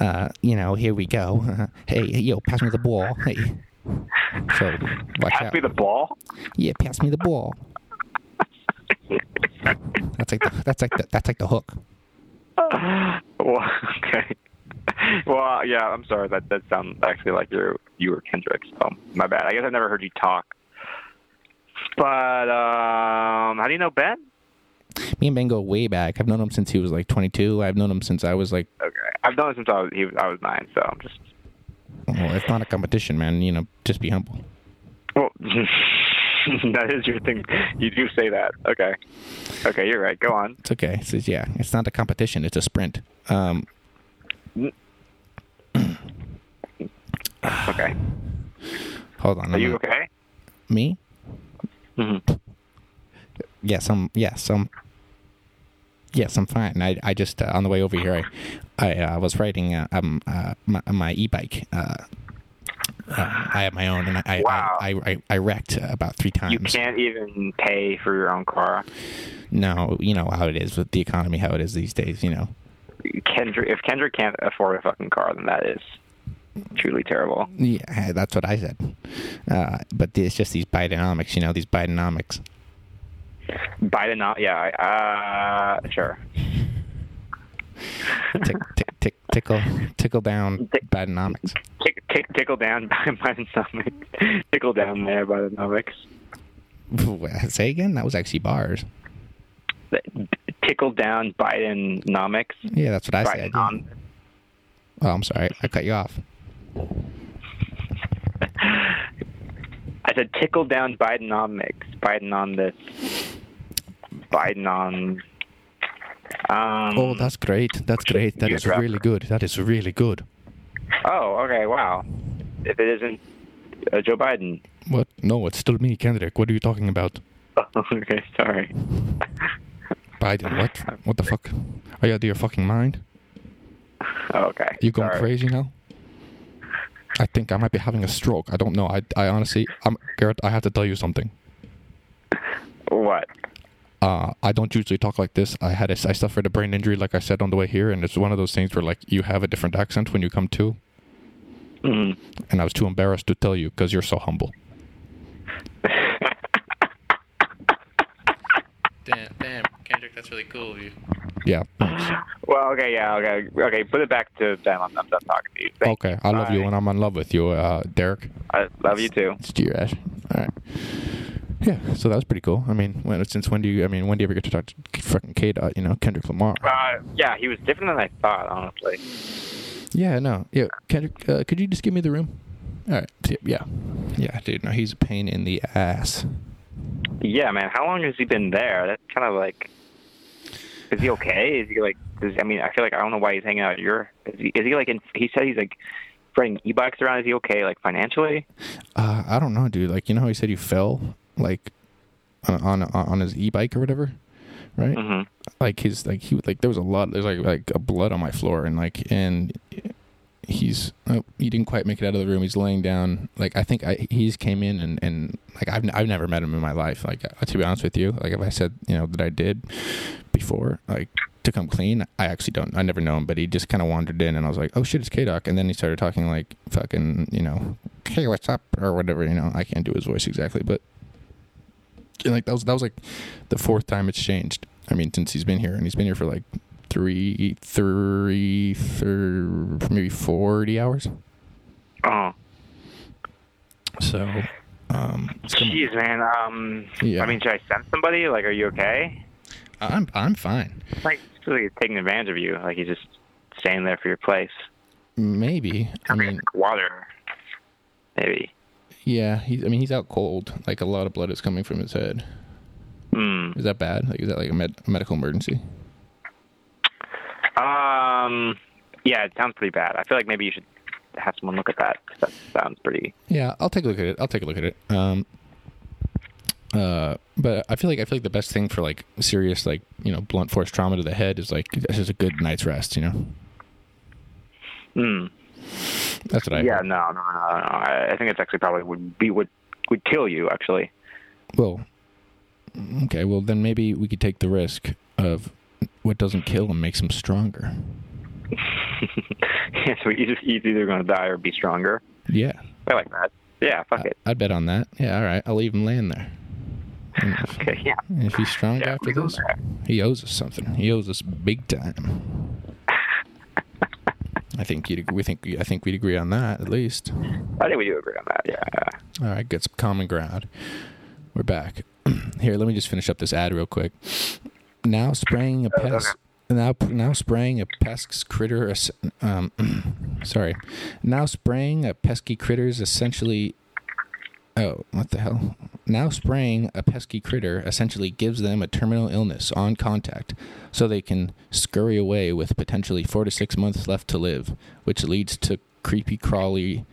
Speaker 1: Uh, you know, here we go. <laughs> hey, yo, pass me the ball. Hey. So, watch
Speaker 4: Pass
Speaker 1: out.
Speaker 4: me the ball.
Speaker 1: yeah, pass me the ball. that's like the, that's like the, that's like the hook.
Speaker 4: <laughs> Well, okay. Well, yeah. I'm sorry. That that sounds actually like you you were Kendrick. So my bad. I guess I've never heard you talk. But um, how do you know Ben?
Speaker 1: Me and Ben go way back. I've known him since he was like 22. I've known him since I was like,
Speaker 4: Okay, I've known him since I was he, was- I was nine. So I'm just
Speaker 1: oh, it's not a competition, man. You know, just be humble.
Speaker 4: well. <laughs> that is your thing. You do say that. Okay. Okay, you're right. Go on.
Speaker 1: It's okay. It's, it's- yeah, it's not a competition. It's a sprint. Um,
Speaker 4: Okay.
Speaker 1: hold on.
Speaker 4: Are
Speaker 1: I'm
Speaker 4: you
Speaker 1: gonna-
Speaker 4: okay?
Speaker 1: Me?
Speaker 4: Mhm.
Speaker 1: Yes, I'm. Yes, I'm. Yes, I'm fine. I, I just uh, on the way over here, I I uh, was riding uh, um uh, my, my e-bike. Uh, uh, I have my own, and I I,
Speaker 4: Wow.
Speaker 1: I, I, I wrecked uh, about three times.
Speaker 4: You can't even pay for your own car.
Speaker 1: No, you know how it is with the economy, how it is these days. You know,
Speaker 4: Kendrick, if Kendrick can't afford a fucking car, then that is truly terrible.
Speaker 1: yeah, that's what I said. Uh, but it's just these Bidenomics. You know, these Bidenomics.
Speaker 4: Biden, not yeah. I- Uh, sure.
Speaker 1: Tick, tick, tick, tickle, tickle down
Speaker 4: Tick.
Speaker 1: Bidenomics.
Speaker 4: Tick, tick, tickle down <laughs> by Bidenomics. Tickle down there Bidenomics.
Speaker 1: <laughs> Say again. That was actually bars.
Speaker 4: Tickle down Bidenomics.
Speaker 1: Yeah, that's what I said.
Speaker 4: Bidenom-
Speaker 1: Oh, I'm sorry. I cut you off.
Speaker 4: I said tickle down Bidenomics. Biden on this. Biden on. Um,
Speaker 1: Oh, that's great. That's great. That
Speaker 4: you
Speaker 1: is
Speaker 4: dropped
Speaker 1: really good. That is really good.
Speaker 4: oh, okay. Wow. If it isn't uh, Joe Biden. <laughs>
Speaker 1: What? No, it's still me, Kendrick. What are you talking about?
Speaker 4: okay, sorry.
Speaker 1: Biden,
Speaker 4: <laughs>
Speaker 1: what? What the fuck? Are you out of your fucking mind?
Speaker 4: Okay.
Speaker 1: You going
Speaker 4: sorry.
Speaker 1: crazy now? I think I might be having a stroke. I don't know. I, I honestly, I'm, Garrett, I have to tell you something.
Speaker 4: What?
Speaker 1: Uh, I don't usually talk like this. I had a, I suffered a brain injury, like I said on the way here, and it's one of those things where like you have a different accent when you come to.
Speaker 4: Mm.
Speaker 1: And I was too embarrassed to tell you because you're so humble.
Speaker 6: <laughs> Damn, damn, Kendrick, that's really cool of you.
Speaker 1: Yeah. thanks.
Speaker 4: Well, okay, yeah, okay, okay. Put it back to Ben. I'm, I'm done talking to you. Thank
Speaker 1: Okay, I love you
Speaker 4: Bye.
Speaker 1: and I'm in love with you, uh, Derek.
Speaker 4: I love you too.
Speaker 1: It's G Rash. All right. Yeah, so that was pretty cool. I mean, when, since when do you? I mean, when do you ever get to talk to fucking K Dot? You know, Kendrick Lamar.
Speaker 4: Uh, yeah, he was different than I thought, honestly.
Speaker 1: Yeah, no, yeah, Kendrick. Uh, could you just give me the room? All right. Yeah, yeah, yeah, dude. No, he's a pain in the ass.
Speaker 4: Yeah, man. How long has he been there? That's kind of like. Is he okay? Is he like? Does, I mean, I feel like I don't know why he's hanging out at your. Is he, is he like? In, he said he's like riding e-bikes around. Is he okay, like financially?
Speaker 1: Uh, I don't know, dude. Like, you know how he said he fell, like, on on, on his e bike or whatever, right?
Speaker 4: Mhm.
Speaker 1: Like his like he like there was a lot there's like like a blood on my floor and like and he's oh, he didn't quite make it out of the room. He's laying down. Like I think I he's came in and and like I've n- I've never met him in my life. Like uh, to be honest with you, like if I said you know that I did before, like to come clean, I actually don't. I never know him, but he just kind of wandered in, and I was like, oh shit, it's K Doc, and then he started talking like fucking you know, hey what's up or whatever. You know, I can't do his voice exactly, but and like that was that was like the fourth time it's changed. I mean, since he's been here, and he's been here for like three, three, thir maybe forty hours.
Speaker 4: Oh,
Speaker 1: So, um, it's gonna-
Speaker 4: jeez, man. Um,
Speaker 1: Yeah.
Speaker 4: I mean, should I send somebody? Like, are you okay?
Speaker 1: I'm I'm fine.
Speaker 4: It's Like, it's like he's taking advantage of you. Like he's just staying there for your place.
Speaker 1: Maybe I mean,
Speaker 4: water. Maybe.
Speaker 1: yeah. He's I mean he's out cold. Like a lot of blood is coming from his head.
Speaker 4: Hmm.
Speaker 1: Is that bad? Like is that like a, med- a medical emergency?
Speaker 4: Um. Yeah, it sounds pretty bad. I feel like maybe you should have someone look at that. 'cause That sounds pretty.
Speaker 1: Yeah, I'll take a look at it. I'll take a look at it. Um, uh, but I feel like I feel like the best thing for like serious like you know blunt force trauma to the head is like just a good night's rest. You know.
Speaker 4: Hmm.
Speaker 1: That's what I.
Speaker 4: Yeah.
Speaker 1: heard.
Speaker 4: No. No. No. no. I, I think it's actually probably would be would would kill you actually. <laughs>
Speaker 1: Well, okay. Well, then maybe we could take the risk of what doesn't kill him makes him stronger.
Speaker 4: yeah, so he's, he's either going to die or be stronger.
Speaker 1: Yeah,
Speaker 4: I like that. Yeah, fuck it.
Speaker 1: I'd bet on that. Yeah, all right, I'll leave him laying there. And if,
Speaker 4: <laughs> Okay, yeah.
Speaker 1: and if he's strong
Speaker 4: Yeah,
Speaker 1: after
Speaker 4: leave him
Speaker 1: this,
Speaker 4: there.
Speaker 1: he owes us something. He owes us big time. I think you'd, ag- we think I think we'd agree on that at least.
Speaker 4: I think we do agree on that. Yeah.
Speaker 1: All right, good. Some common ground. We're back. <clears throat> Here, let me just finish up this ad real quick. Now spraying a pest. Now, now spraying a pest's critter. es- Um, <clears throat> sorry. Now spraying a pesky critter's essentially. Oh, what the hell? Now spraying a pesky critter essentially gives them a terminal illness on contact, so they can scurry away with potentially four to six months left to live, which leads to creepy crawly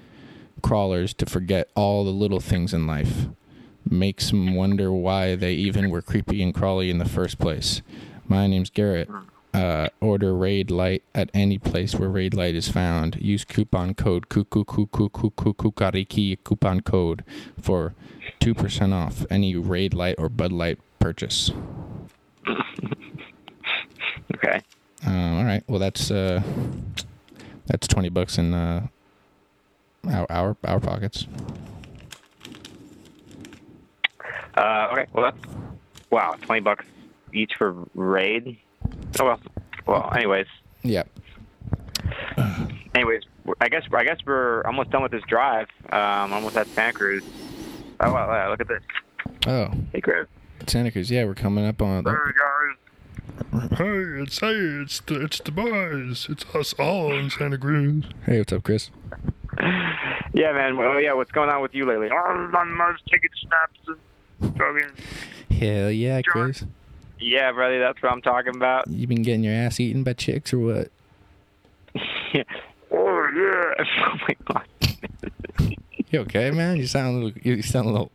Speaker 1: crawlers to forget all the little things in life. Makes them wonder why they even were creepy and crawly in the first place. My name's Garrett. Uh, order Raid Light at any place where Raid Light is found. Use coupon code KUKUKUKUKUKUKARIKI coupon code for 2% off any Raid Light or Bud Light purchase.
Speaker 4: Okay.
Speaker 1: Um, all right. Well, that's uh, that's 20 bucks in uh, our, our, our pockets.
Speaker 4: Uh, okay. Well, that's wow. Twenty bucks each for raid. Oh well. Well, anyways.
Speaker 1: Yep.
Speaker 4: Anyways, I guess I guess we're almost done with this drive. Um, almost at Santa Cruz. Oh wow! wow, Look at this.
Speaker 1: Oh,
Speaker 4: Hey, Chris.
Speaker 1: Santa Cruz. Yeah, we're coming up on.
Speaker 4: There you
Speaker 9: Hey, it's hey, it's the, it's the boys. It's us all in Santa Cruz.
Speaker 1: Hey, what's up, Chris?
Speaker 4: go. Yeah, man. Well, yeah. What's going on with you lately? Oh, I'm just taking snaps. and fucking-
Speaker 1: Hell yeah,
Speaker 4: Sure.
Speaker 1: Chris.
Speaker 4: Yeah, brother. That's what I'm talking about. <laughs>
Speaker 1: You been getting your ass eaten by chicks or what?
Speaker 4: Oh yeah. <laughs> Oh my god.
Speaker 1: You okay, man? You sound a little. You sound a little.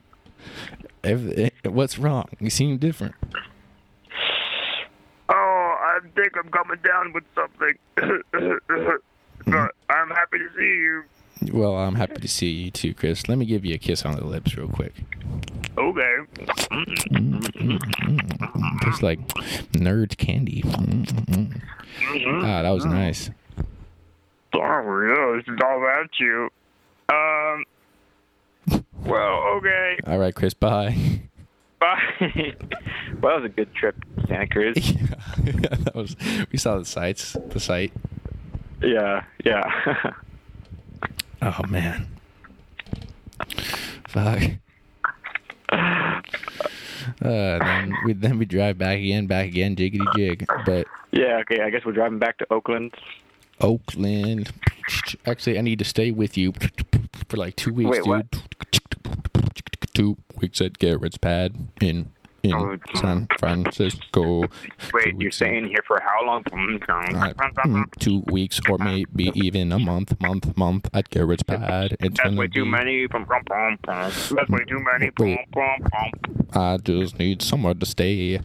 Speaker 1: Every- eh, what's wrong? You seem different.
Speaker 9: Oh, I think I'm coming down with something. but I'm happy to see you.
Speaker 1: Well, I'm happy to see you too, Chris. Let me give you a kiss on the lips real quick.
Speaker 9: Okay.
Speaker 1: Tastes like nerd candy. Ah, that was nice.
Speaker 9: Oh yeah, this is all about you. Um. Well, okay.
Speaker 1: All right, Chris. Bye. <laughs>
Speaker 4: Bye. <laughs> well, that was a good trip, to Santa Cruz.
Speaker 1: <laughs> that was. We saw the sights. The site.
Speaker 4: <laughs> Yeah, yeah. <laughs>
Speaker 1: Oh man. Fuck. Uh, then we then we drive back again, back again, jiggity jig. But
Speaker 4: yeah, okay, I guess we're driving back to Oakland.
Speaker 1: Oakland, actually, I need to stay with you for like two weeks,
Speaker 4: Wait,
Speaker 1: dude.
Speaker 4: what?
Speaker 1: Two weeks at Garrett's pad in in
Speaker 4: Oh,
Speaker 1: San Francisco.
Speaker 4: Wait,
Speaker 1: Two
Speaker 4: you're
Speaker 1: weeks in-
Speaker 4: staying here for how long?
Speaker 1: uh, mm, two weeks or maybe even a month, month, month at Garrett's pad. It's
Speaker 9: That's
Speaker 1: gonna
Speaker 9: way too
Speaker 1: be-
Speaker 9: many. That's way too many.
Speaker 1: I just need somewhere to stay.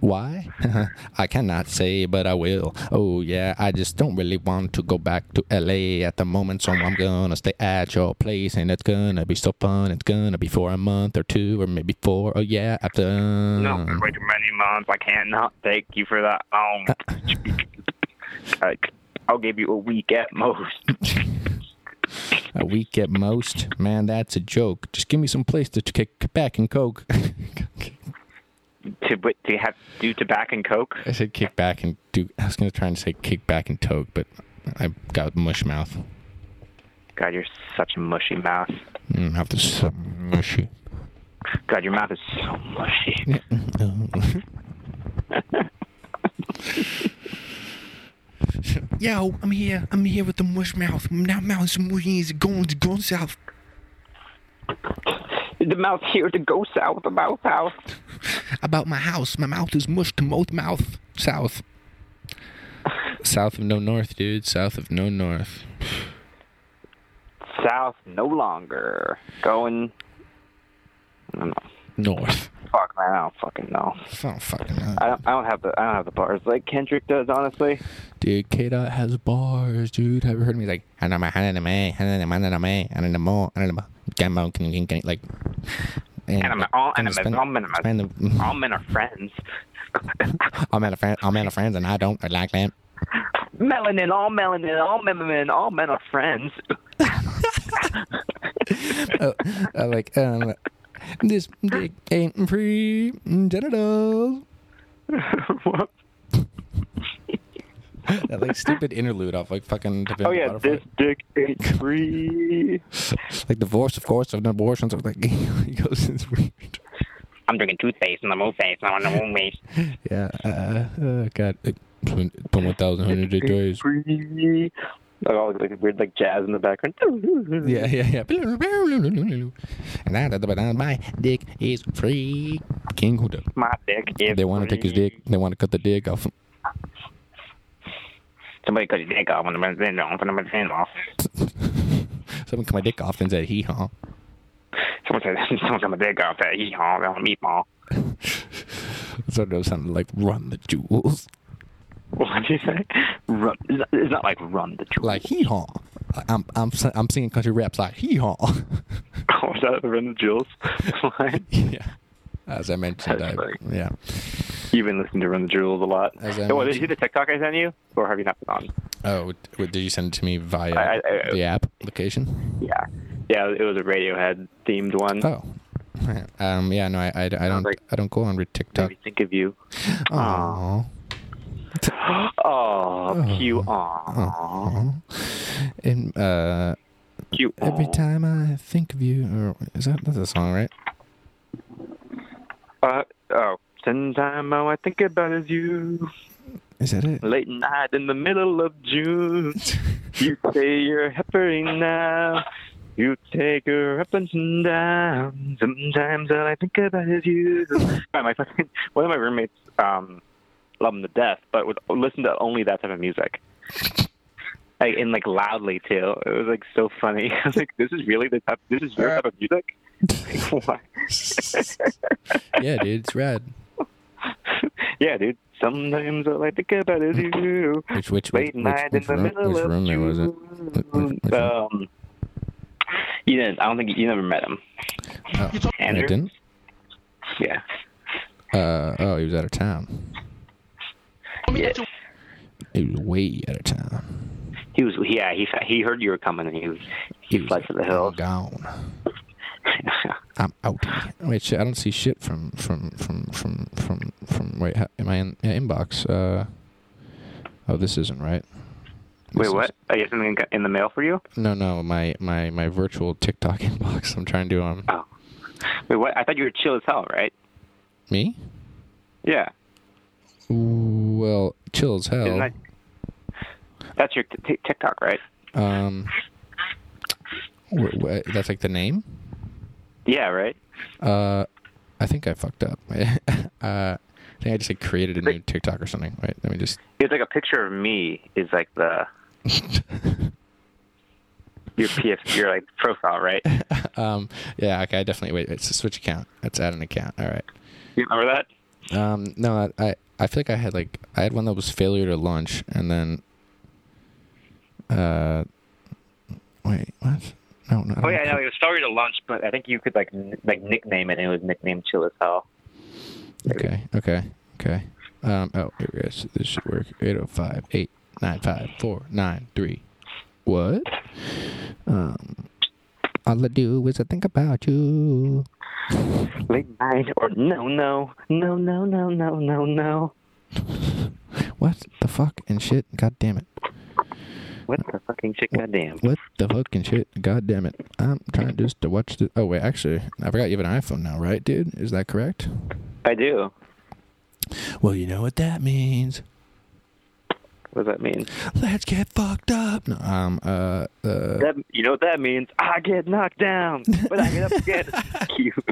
Speaker 1: Why? <laughs> I cannot say, but I will. Oh, yeah, I just don't really want to go back to LA at the moment, so I'm gonna stay at your place, and it's gonna be so fun. It's gonna be for a month or two, or maybe four. Oh, yeah, after.
Speaker 4: No, that's way too many months. I can't not take you for that <laughs> long. like, I'll give you a week at most.
Speaker 1: A week at most. Man, that's a joke. Just give me some place to kick back and coke. <laughs>
Speaker 4: To but to have do tobacco and coke.
Speaker 1: I said kick back and do. I was gonna try and say kick back and toke, but I got mush mouth.
Speaker 4: God, you're such a mushy mouth.
Speaker 1: Mm, have to s- mushy.
Speaker 4: God, your mouth is so mushy.
Speaker 10: Yo, I'm here. I'm here with the mush mouth. Now mouth some wings going to go south.
Speaker 4: <laughs> The mouth here to go south. The mouth house.
Speaker 10: About my house. My mouth is mush to mouth mouth south.
Speaker 1: South of no north, dude. South of no north.
Speaker 4: South no longer. Going. I don't know.
Speaker 1: North.
Speaker 4: Fuck, man, I don't fucking know.
Speaker 1: I
Speaker 10: oh,
Speaker 1: don't fucking know.
Speaker 4: I don't, I don't have the I don't have the bars like Kendrick does, honestly.
Speaker 1: Dude, K Dot has bars, dude. Have you heard me? He's like, I don't know, I don't know, I don't know, I don't know, I don't know, I don't know, I don't know, I don't know, like,
Speaker 4: and, I'm all and I'm all and I'm a- all men are friends.
Speaker 1: <laughs> I'm out of friend. I'm out of friends, and I don't like that.
Speaker 4: melanin, all melanin, all melanin, all men are friends.
Speaker 1: I like um, this dick ain't free Mm, genitals.
Speaker 4: <laughs> What?
Speaker 1: That like stupid interlude off like fucking.
Speaker 4: oh yeah, this dick ain't free.
Speaker 1: like divorce, of course, of abortions. Of like <laughs> he goes, it's weird.
Speaker 4: I'm drinking toothpaste and the moon face and I want the moon face.
Speaker 1: Yeah. Uh, oh god. Twenty thousand hundred days.
Speaker 4: Free. Like all like weird like jazz in the
Speaker 1: <laughs>
Speaker 4: background.
Speaker 1: Yeah, yeah, yeah. And I, my dick is free. King Huda.
Speaker 4: My dick is
Speaker 1: They want to take his
Speaker 4: free.
Speaker 1: dick. They want to cut the dick off.
Speaker 4: Somebody cut his dick off and the man's in off and the man's in off.
Speaker 1: Someone cut my dick off and said, hee haw.
Speaker 4: Someone said <laughs> someone cut my dick off that hee haw, that meatball.
Speaker 1: So it sounded like run the jewels.
Speaker 4: <laughs> What did you say? Run it's not- it's not like run the jewels. <laughs>
Speaker 1: Like hee haw. I'm I'm si- I'm singing country raps like hee <laughs> haw.
Speaker 4: oh, is that the run
Speaker 1: <laughs>
Speaker 4: the jewels? line?
Speaker 1: yeah. As I mentioned, I,
Speaker 4: That's funny.
Speaker 1: yeah.
Speaker 4: You've been listening to Run the Jewels a lot.
Speaker 1: As I
Speaker 4: Oh, did you see
Speaker 1: mentioned-
Speaker 4: the TikTok I sent you, or have you not been on?
Speaker 1: Oh, d- w- did you send it to me via
Speaker 4: I- I- uh,
Speaker 1: the app application?
Speaker 4: Yeah, yeah, it was a Radiohead themed one.
Speaker 1: Oh, <laughs> um, yeah. No, I, I, I don't
Speaker 4: like- uh,
Speaker 1: I don't go on with
Speaker 4: Made
Speaker 1: TikTok.
Speaker 4: me think of you. <gasps>
Speaker 1: Aww.
Speaker 4: Oh, Pew,
Speaker 1: Oh.
Speaker 4: aw,
Speaker 1: And uh,
Speaker 4: Pew, aw.
Speaker 1: every time I think of you, or is that that's a song, right?
Speaker 4: Uh, oh, sometime all I think about is you.
Speaker 1: Is that
Speaker 4: <laughs>
Speaker 1: it?
Speaker 4: Late night in the middle of June. you say you're happy now. You take her up and down. Sometimes all I think about is you. my, my fucking, one of my roommates um, love him to death, but would listen to only that type of music. Like, and like loudly too. It was like so funny. <laughs> I was like, "This is really the type. This is your type of music." <laughs> Like, why?
Speaker 1: yeah, dude, it's rad.
Speaker 4: yeah, dude. Sometimes all I think about
Speaker 1: <laughs>
Speaker 4: is you.
Speaker 1: Which which which
Speaker 4: Late
Speaker 1: which,
Speaker 4: night
Speaker 1: which,
Speaker 4: in the
Speaker 1: room,
Speaker 4: middle
Speaker 1: which
Speaker 4: of
Speaker 1: room there was it? Which, which, which room?
Speaker 4: Um, you didn't. I don't think you never met him.
Speaker 1: Oh, I
Speaker 4: uh, Andrew?
Speaker 1: didn't.
Speaker 4: Yeah.
Speaker 1: Uh, oh, he was out of town.
Speaker 4: yeah.
Speaker 1: He was way out of town.
Speaker 4: He was. Yeah. He he heard you were coming, and he was he, fled to the
Speaker 1: I'm
Speaker 4: hills. <laughs>
Speaker 1: gone. I'm out. Wait, shit, I don't see shit from from from from from from. Wait, ha- am I in yeah, inbox? Uh, oh, this isn't right. This
Speaker 4: Wait,
Speaker 1: is-
Speaker 4: what? I got something in the mail for you.
Speaker 1: No, no, my my my virtual TikTok <laughs> inbox. I'm trying to um
Speaker 4: Oh. Wait, what? I thought you were chill as hell, right?
Speaker 1: me.
Speaker 4: Yeah.
Speaker 1: Well, chill as
Speaker 4: Isn't
Speaker 1: hell.
Speaker 4: that? That's your t- t- TikTok, right?
Speaker 1: Um, wh- wh- that's like the name.
Speaker 4: Yeah. Right.
Speaker 1: Uh, I think I fucked up. <laughs> uh, I think I just like created a new TikTok or something. Wait, let me just.
Speaker 4: It's like a picture of me is like
Speaker 1: <laughs>
Speaker 4: the your PF your like profile, right? You
Speaker 1: Um, yeah, okay, I definitely wait. It's a switch account. Let's add an account. All right.
Speaker 4: remember that?
Speaker 1: Um, no, I, I I feel like I had like I had one that was failure to launch, and then. Uh, wait, what? No, no. I
Speaker 4: Oh
Speaker 1: don't
Speaker 4: yeah,
Speaker 1: know.
Speaker 4: no, it was sorry to lunch, but I think you could like n- like nickname it, and it was nicknamed Chill as Hell.
Speaker 1: Okay, okay, okay. Um, oh, here it is. This should work. 805 895 493. What? Um, all I do is I think about you.
Speaker 4: Late night or no, no, no, no, no, no, no, no.
Speaker 1: What the fuck and shit? God damn it.
Speaker 4: What the fucking shit? Goddamn.
Speaker 1: What the fuck and shit? God damn it. I'm trying just to watch the. Oh, wait, actually, I forgot you have an iPhone now, right, dude? Is that correct?
Speaker 4: I do.
Speaker 1: Well, you know what that means.
Speaker 4: What does that mean?
Speaker 1: Let's get fucked up. No, um, uh, uh,
Speaker 4: That you know what that means? I get knocked down, but I get up again. <laughs> Cute,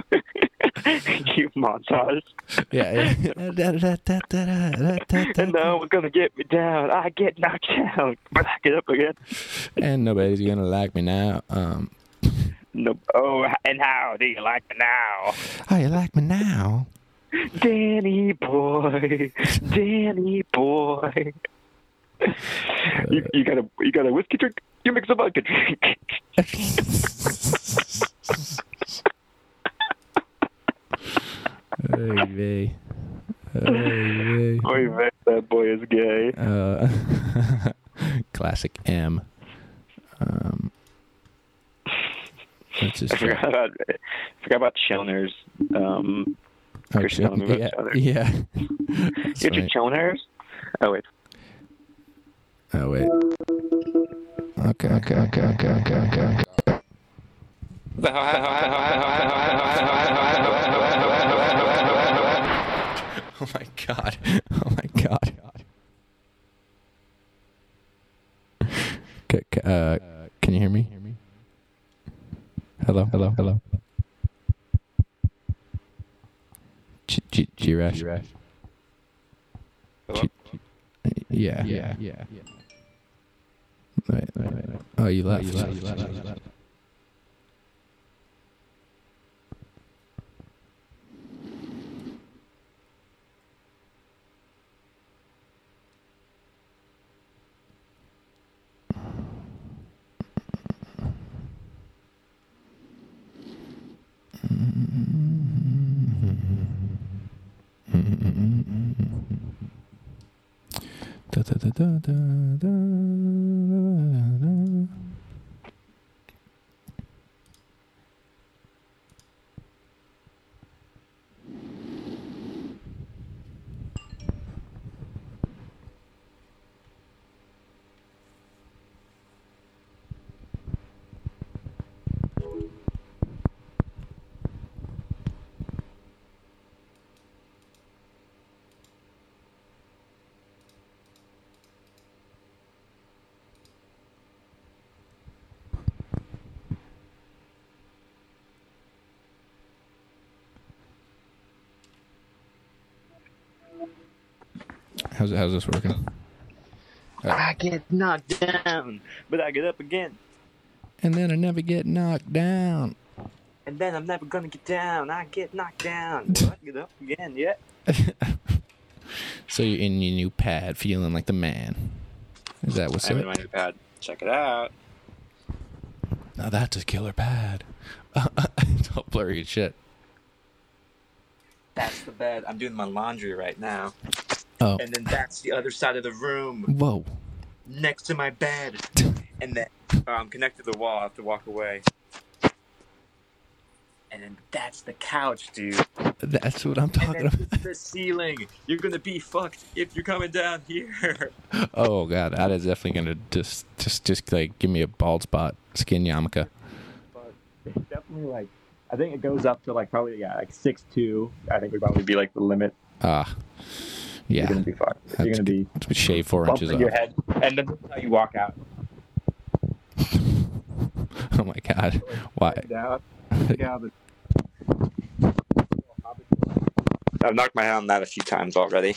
Speaker 4: cute montage.
Speaker 1: yeah. <laughs> yeah.
Speaker 4: And uh, no one's gonna get me down. I get knocked down, but I get up again.
Speaker 1: and nobody's gonna like me now. Um,
Speaker 4: No. Oh, and how do you like me now?
Speaker 1: oh, you like me <laughs> now?
Speaker 4: Danny boy, Danny boy. You, you got a you got a whiskey drink. You mix a vodka drink.
Speaker 1: Oy vey. Oy vey.
Speaker 4: Oy vey, that boy is gay.
Speaker 1: Uh, <laughs> classic M. Um, let's just
Speaker 4: I forgot about I forgot about Choners. Um,
Speaker 1: Oh,
Speaker 4: Chris
Speaker 1: Chon-
Speaker 4: telling me
Speaker 1: yeah,
Speaker 4: about Choners.
Speaker 1: yeah.
Speaker 4: <laughs> Get
Speaker 1: That's
Speaker 4: your
Speaker 1: right.
Speaker 4: Choners. Oh wait,
Speaker 1: Oh wait. Okay. Okay. Okay. Okay. Okay. Okay. <laughs> Oh my god. Oh my god. C- c- uh, can you hear me? Hello. Hello. Hello. G- G- G-Rash. G-Rash. Yeah. Yeah. Yeah. Wait, wait, wait. Oh, you left. Da, da, da, da, da, da, da, da. How's how's this working?
Speaker 4: I get knocked down, but I get up again,
Speaker 1: And then I never get knocked down.
Speaker 4: and then I'm never gonna get down. I get knocked
Speaker 10: <laughs>
Speaker 4: down, but I get up again. Yeah.
Speaker 1: So you're in your new pad, feeling like the man. Is that what's
Speaker 4: I'm in
Speaker 1: up?
Speaker 4: my new pad. Check it out.
Speaker 1: Now that's a killer pad. <laughs> it's all blurry as shit.
Speaker 4: That's the bed. I'm doing my laundry right now.
Speaker 1: Oh.
Speaker 4: And then that's the other side of the room,
Speaker 1: Whoa.
Speaker 4: next to my bed. And then oh, I'm connected to the wall. I have to walk away. And then that's the couch, <laughs> dude.
Speaker 1: That's what I'm
Speaker 4: And
Speaker 1: talking
Speaker 4: then <laughs>
Speaker 1: about.
Speaker 4: the ceiling. You're gonna be fucked if you're coming down here. <laughs>
Speaker 1: Oh god, that is definitely gonna just just just like give me a bald spot, skin yarmulke.
Speaker 4: Definitely like, I think it goes up to like probably yeah like six two. I think would probably be like the limit.
Speaker 1: Ah, yeah.
Speaker 4: You're gonna be fucked. You're gonna be
Speaker 1: shave four inches
Speaker 4: bumping
Speaker 1: off.
Speaker 4: your head, and then that's how you walk out.
Speaker 1: <laughs> Oh my god, why?
Speaker 4: down. I've knocked my head on that a few times already.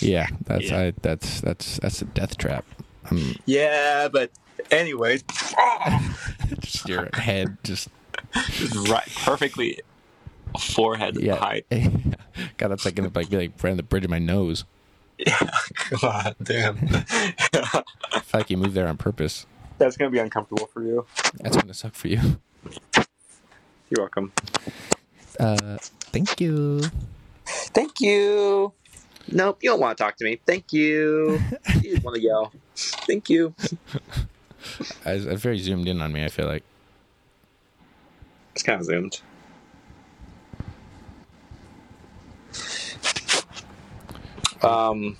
Speaker 1: Yeah, that's
Speaker 4: Yeah.
Speaker 1: I that's that's that's a death trap. Um,
Speaker 4: Yeah, but anyways,
Speaker 1: <laughs> just your head just
Speaker 4: right, perfectly forehead
Speaker 1: yeah. <laughs>
Speaker 4: height.
Speaker 1: God, that's like gonna like be like right on the bridge of my nose.
Speaker 4: <laughs> God damn,
Speaker 1: <laughs> I feel like you moved there on purpose.
Speaker 4: that's gonna be uncomfortable for you.
Speaker 1: That's gonna suck for you.
Speaker 4: You're welcome.
Speaker 1: Uh, thank you.
Speaker 4: Thank you. Nope, you don't want to talk to me. Thank <laughs> you. You just want to yell. Thank you.
Speaker 1: I, I very zoomed in on me. I feel like
Speaker 4: It's kind of zoomed. Um,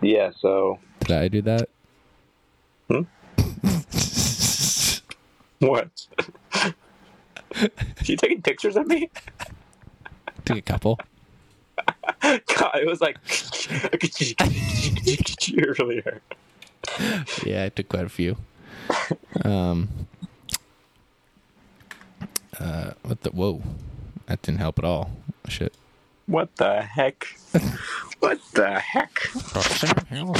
Speaker 4: yeah. So
Speaker 1: did I do that?
Speaker 4: Hmm? what? <laughs> you taking pictures of me? <laughs>
Speaker 1: Took a couple.
Speaker 4: God, it was like <laughs> earlier.
Speaker 1: Yeah, I took quite a few. Um, uh, what the? Whoa, that didn't help at all. Shit.
Speaker 4: What the heck? What the heck?
Speaker 1: What's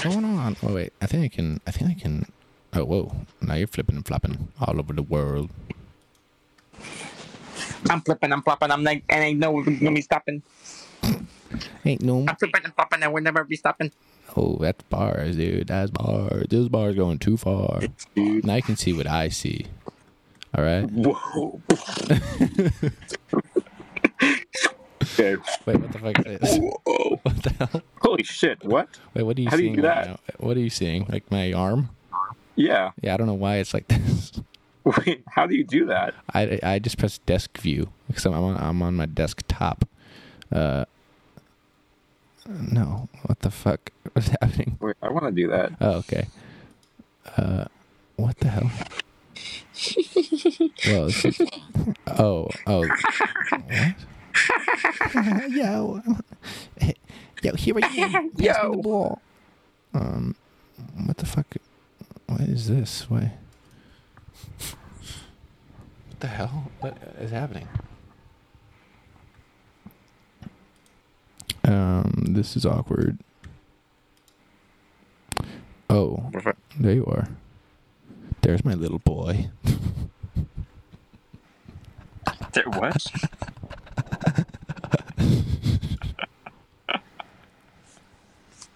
Speaker 1: going on? Oh wait, I think I can. I think I can. Oh whoa! Now you're flipping and flopping all over the world.
Speaker 4: I'm flipping, I'm flopping, I'm like, and I know we're gonna be stopping.
Speaker 1: Ain't no.
Speaker 4: I'm flipping and flopping, and we'll never be stopping.
Speaker 1: Oh, that's bars, dude. That's bars. This bar's going too far.
Speaker 4: Dude.
Speaker 1: Now you can see what I see. <laughs> All right.
Speaker 4: Whoa. <laughs> Okay.
Speaker 1: Wait, what the fuck is this?
Speaker 4: Whoa.
Speaker 1: What the hell?
Speaker 4: Holy shit! What?
Speaker 1: Wait, what are you
Speaker 4: How do you
Speaker 1: seeing
Speaker 4: do
Speaker 1: right
Speaker 4: that?
Speaker 1: now? What are you seeing? Like my arm?
Speaker 4: Yeah. <laughs>
Speaker 1: Yeah, I don't know why it's like <laughs> this.
Speaker 4: Wait, how do you do that?
Speaker 1: I, I just press desk view because I'm on, I'm on my desktop. Uh, no, what the fuck <laughs> was happening?
Speaker 4: Wait, I want to do that.
Speaker 1: Oh, okay. Uh, what the
Speaker 4: <laughs>
Speaker 1: hell? Whoa, this is, oh, oh.
Speaker 4: <laughs>
Speaker 1: Yo, <laughs> yo, here I am. Pass me the ball. Um, what the fuck? What is this? Why? What the hell? What is happening? Um, this is awkward. Oh, there you are. There's my little boy.
Speaker 4: There, what?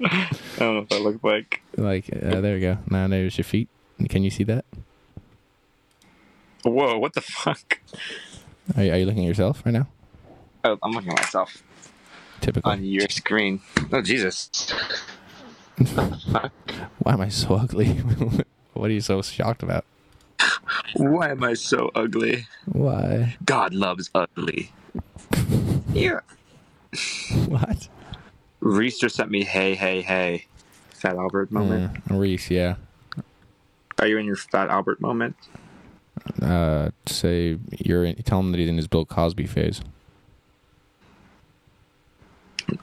Speaker 4: I don't know what that looked like.
Speaker 1: Like, uh, there you go. Now there's your feet. Can you see that?
Speaker 4: Whoa! What the fuck?
Speaker 1: Are you, are you looking at yourself right now?
Speaker 4: Oh, I'm looking at myself
Speaker 1: Typical.
Speaker 4: on your screen. Oh Jesus!
Speaker 1: Why am I so <laughs> ugly? what are you so shocked about?
Speaker 4: Why am I so ugly?
Speaker 1: Why?
Speaker 4: God loves ugly. Yeah.
Speaker 1: <laughs> What?
Speaker 4: Reese just sent me hey hey hey, Fat Albert moment.
Speaker 1: Yeah, Reese, yeah. Hmm.
Speaker 4: Are you in your Fat Albert moment?
Speaker 1: Uh, say you're in, tell him that he's in his Bill Cosby phase.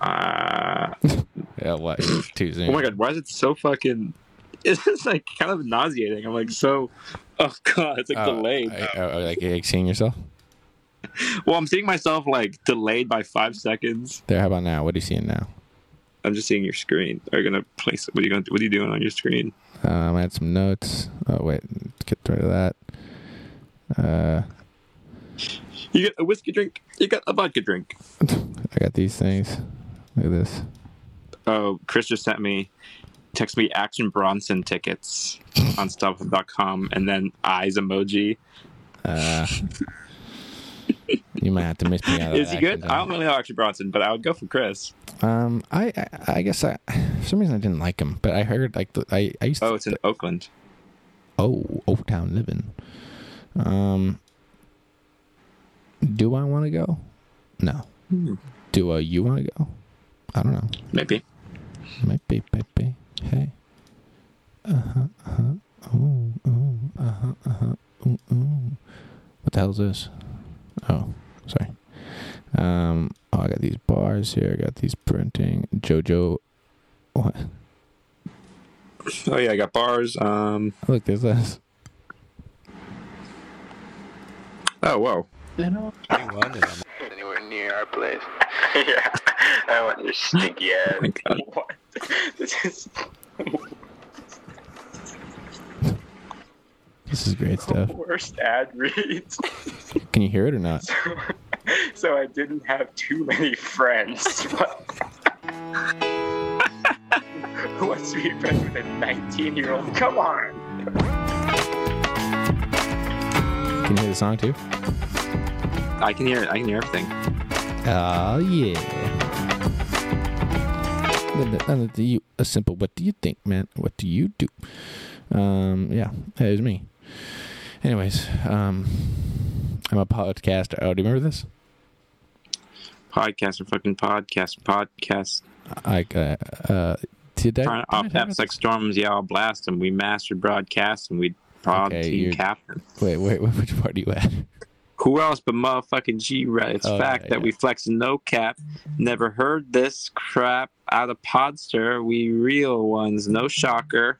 Speaker 4: Uh,
Speaker 1: <laughs> yeah, what? Too soon.
Speaker 4: Oh my god, why is it so fucking? <laughs> It's just like kind of nauseating. I'm like so. Oh god, it's like
Speaker 1: Oh,
Speaker 4: delayed.
Speaker 1: I- I- I like, like seeing yourself.
Speaker 4: Well, I'm seeing myself like delayed by five seconds.
Speaker 1: There. How about now? What are you seeing now?
Speaker 4: I'm just seeing your screen. Are you gonna place? What are you gonna? What are you doing on your screen?
Speaker 1: Um, I had some notes. Oh wait, let's get rid of that. Uh,
Speaker 4: You got a whiskey drink. You got a vodka drink.
Speaker 1: I got these things. Look at this.
Speaker 4: Oh, Chris just sent me, text me Action Bronson tickets on stuff.com and then eyes emoji.
Speaker 1: Uh, you might have to miss me out. of
Speaker 4: Is he
Speaker 1: that
Speaker 4: good?
Speaker 1: accident.
Speaker 4: I don't really know Action Bronson, but I would go for Chris.
Speaker 1: Um, I, I I guess I for some reason I didn't like him, but I heard like the, I I used
Speaker 4: Oh,
Speaker 1: to,
Speaker 4: it's in Oakland.
Speaker 1: oh Oak Town living. Um, do I want to go? No.
Speaker 4: Hmm.
Speaker 1: Do uh, you want to go? I don't know.
Speaker 4: Maybe.
Speaker 1: Might be, might be. Hey. Uh huh. Uh huh. Oh. Oh. Uh huh. Uh huh. Ooh, ooh. What the hell is this? Oh, sorry. Um. Oh, I got these bars here. I got these printing. JoJo. What? <laughs>
Speaker 4: Oh yeah, I got bars. Um.
Speaker 1: Look, there's this.
Speaker 4: Oh whoa.
Speaker 2: anywhere near our place. yeah, I want your
Speaker 4: <laughs> Oh
Speaker 2: stinky ass. What? <laughs> This is-
Speaker 1: This is great stuff.
Speaker 2: worst ad reads.
Speaker 1: Can you hear it or not?
Speaker 2: <laughs> so I didn't have too many friends. <laughs> What's to be friends with a 19 year old? Come on!
Speaker 1: Can you hear the song too?
Speaker 4: I can hear it. I can hear everything.
Speaker 1: Oh yeah. Then the- then the- you- A simple. What do you think, man? What do you do? Um. Yeah, it was me. Anyways, um, I'm a podcaster. Oh, do you remember this?
Speaker 4: Podcast and fucking podcast. Podcast.
Speaker 1: I uh, uh did I?
Speaker 4: Trying to op apps like storms. Yeah, I'll blast them. We mastered broadcast and we pod
Speaker 1: Okay,
Speaker 4: team
Speaker 1: you're-
Speaker 4: captain.
Speaker 1: Wait, wait, <laughs> wait, which part are you at?
Speaker 4: Who else but motherfucking G Red? It's
Speaker 1: Oh,
Speaker 4: fact
Speaker 1: yeah,
Speaker 4: that we flex no cap. Never heard this crap out of Podster. We real ones, no shocker.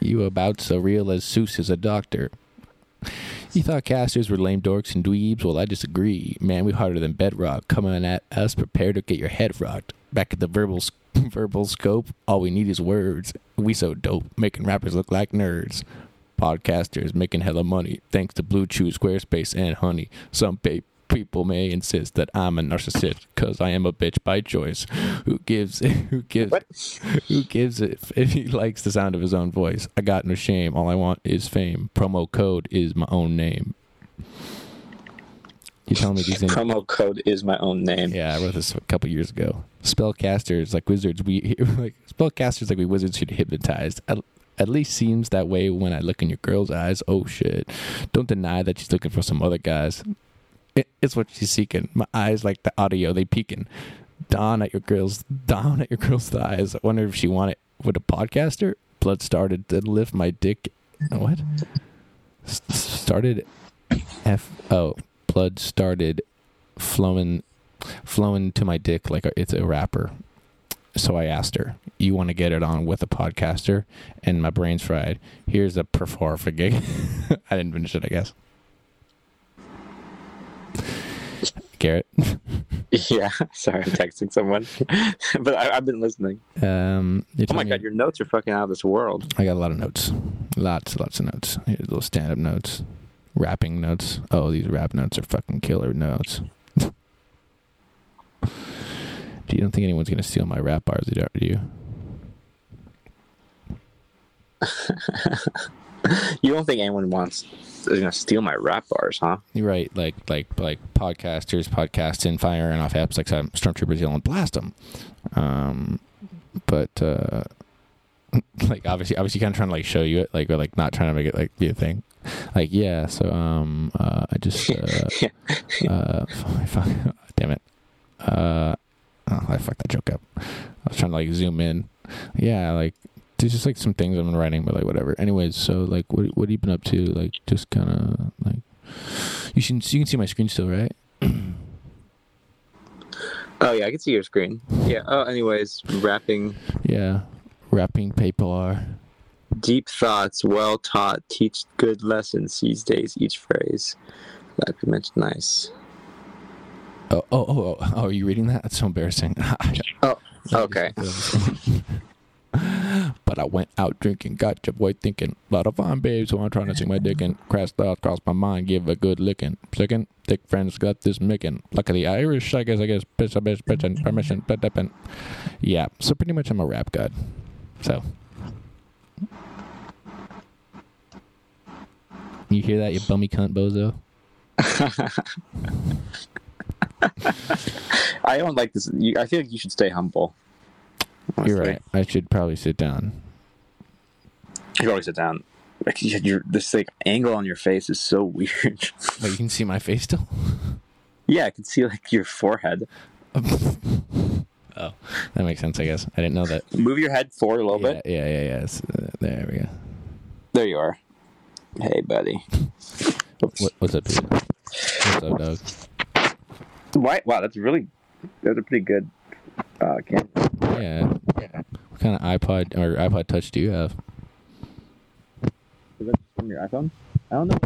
Speaker 1: You about so real as Seuss is a doctor. You thought casters were lame dorks and dweebs? Well, I disagree. Man, we harder than bedrock. Coming at us prepared to get your head rocked. Back at the verbal s- <laughs> verbal scope, all we need is words. We so dope, making rappers look like nerds. Podcasters making hella money thanks to Blue Chew, Squarespace, and Honey. Some pay people may insist that I'm a narcissist because I am a bitch by choice. Who gives? <laughs> Who gives? Who gives if, if he likes the sound of his own voice? I got no shame. All I want is fame. Promo code is my own name. He told me these things.
Speaker 10: Promo code is my own name.
Speaker 1: Yeah, I wrote this a couple years ago. Spellcasters like wizards. We <laughs> like spellcasters like we wizards should hypnotized. At, at least seems that way when I look in your girl's eyes. Oh shit! Don't deny that she's looking for some other guys. It, it's what she's seeking. My eyes like the audio. They peeking. Down at your girl's down at your girl's thighs. I wonder if she wanted with a podcaster. Blood started to lift my dick. What? S- started. F oh blood started flowing flowing to my dick like a, it's a wrapper. So I asked her, "You want to get it on with a podcaster?" And my brain's fried. Here's a perfor for gig. <laughs> I didn't finish it, I guess. Garrett.
Speaker 10: <laughs> yeah, sorry, I'm texting someone, <laughs> but I, I've been listening.
Speaker 1: Um, you're
Speaker 10: oh my
Speaker 1: telling me-
Speaker 10: god, your notes are fucking out of this world.
Speaker 1: I got a lot of notes. Lots, lots of notes. Here's little stand up notes, rapping notes. Oh, these rap notes are fucking killer notes. <laughs> do you don't think anyone's gonna steal my rap bars? Do you?
Speaker 10: You don't think anyone wants is gonna steal my rap bars, huh?
Speaker 1: You're right. Like like like podcasters, podcasting, firing off apps like some stormtroopers yelling, blast them. Um, but uh, <laughs> like obviously, obviously, kind of trying to like show you it, like or like not trying to make it like be a thing. Like yeah, so um, uh, I just uh, uh, <laughs> fuck, fuck, damn it. Uh, oh, I fucked that joke up. I was trying to like zoom in. Yeah, like there's just like some things I've been writing, but like whatever. Anyways, so like what what have you been up to? Like just kind of like you can you can see my screen still, right?
Speaker 10: Oh yeah, I can see your screen. Yeah. Oh, anyways, rapping
Speaker 1: Yeah, rapping people are.
Speaker 10: deep thoughts, well taught, teach good lessons these days. Each phrase, like we mentioned, nice.
Speaker 1: Oh oh oh oh! oh are you reading that? That's so embarrassing. <laughs>
Speaker 10: oh, okay.
Speaker 1: but I went out drinking, got your boy thinking. Lot of fun, babe, so I'm trying to sing my dick and crash thoughts cross my mind, give a good licking. Second, thick friends got this mickin'. Luckily, Irish, I guess, I guess, bitch, I bitch, bitch, and permission, but up and yeah. So pretty much, I'm a rap god. So you hear that, you bummy cunt bozo?
Speaker 10: I don't like this. You, I feel like you should stay humble.
Speaker 1: You're right. I should probably sit down.
Speaker 10: You always sit down. Like you- you're, this like angle on your face is so <laughs> weird.
Speaker 1: But you can see my face still. <laughs>
Speaker 10: yeah, I can see like your forehead.
Speaker 1: Oh, that makes sense. I guess I didn't know that.
Speaker 10: Move your head forward a little
Speaker 1: Yeah,
Speaker 10: bit.
Speaker 1: yeah, yeah. yeah. It's, uh, there we go.
Speaker 10: There you are. Hey, buddy.
Speaker 1: What, what's up, dude? What's up, dog?
Speaker 10: Why? Wow, that's really. That's a pretty good. Uh, camera.
Speaker 1: Yeah. What kind of iPod or iPod Touch do you have?
Speaker 10: Is that from your iPhone? I don't know.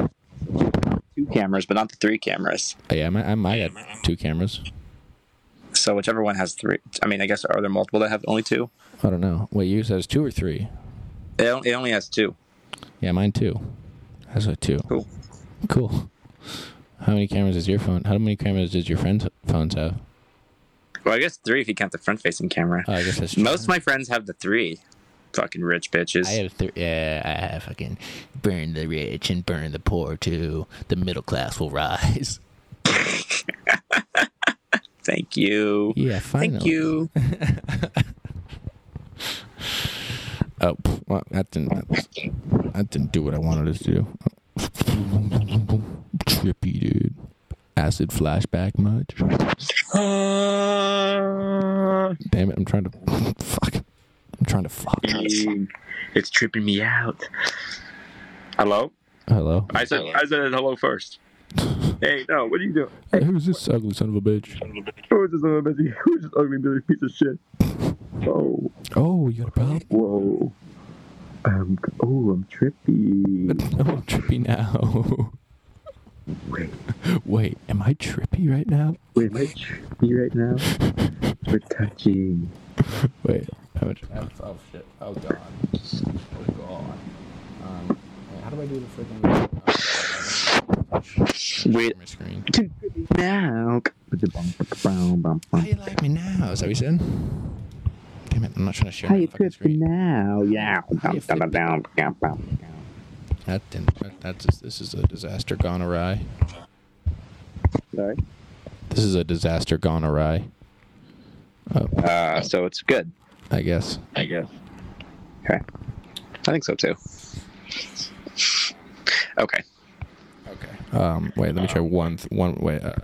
Speaker 10: Two cameras, but not the three cameras.
Speaker 1: Oh, yeah, I might, I might have two cameras.
Speaker 10: So whichever one has three. I mean, I guess are there multiple that have only two?
Speaker 1: I don't know. Wait, yours has two or three?
Speaker 10: It on- it only has two.
Speaker 1: Yeah, mine two. That's a two.
Speaker 10: Cool.
Speaker 1: Cool. How many cameras does your phone? How many cameras does your friend's phones have?
Speaker 10: Well, I guess three if you count the front-facing camera.
Speaker 1: Oh, I guess that's true.
Speaker 10: Most of my friends have the three. Fucking rich bitches.
Speaker 1: I have three. Yeah, I have fucking burn the rich and burn the poor too. The middle class will rise.
Speaker 10: Thank you.
Speaker 1: Yeah,
Speaker 10: Thank
Speaker 1: finally.
Speaker 10: you.
Speaker 1: Oh, pff, well, that didn't. That, that didn't do what I wanted it to do. Trippy, dude. Acid flashback much?
Speaker 10: Ah,
Speaker 1: Damn it! I'm trying to. Fuck. I'm trying to fuck.
Speaker 10: it's tripping me out. Hello?
Speaker 1: Hello.
Speaker 10: I said I said
Speaker 1: <laughs>
Speaker 10: hello first. hey, no, what are you doing?
Speaker 1: Who's this ugly son of a bitch?
Speaker 10: Who's this little busy? Who's this ugly Billy piece of shit? Oh,
Speaker 1: Oh, you got a problem?
Speaker 10: whoa. Um, oh, I'm trippy.
Speaker 1: Oh, I'm trippy now. <laughs>
Speaker 10: Wait,
Speaker 1: Wait, am I trippy right now?
Speaker 10: wait, am I trippy
Speaker 1: <laughs>
Speaker 10: right now? We're touching.
Speaker 1: Wait, how much? Oh shit! Oh god! Oh god! Um, wait, how do I do the freaking?
Speaker 10: Wait.
Speaker 1: My screen.
Speaker 10: Now.
Speaker 1: How you like me now? Is that what you said? Damn it! I'm not trying to share
Speaker 10: How
Speaker 1: my
Speaker 10: you
Speaker 1: fucking
Speaker 10: tripping
Speaker 1: screen.
Speaker 10: now? Yeah.
Speaker 1: you That didn't. That, that's just, this is a disaster gone awry.
Speaker 10: All right.
Speaker 1: This is a disaster gone awry. Oh,
Speaker 10: Uh, so it's good.
Speaker 1: I guess.
Speaker 10: I guess. Okay. I think so too. Okay.
Speaker 1: Okay. Um, wait, let me try one. Th- one. Wait. Uh,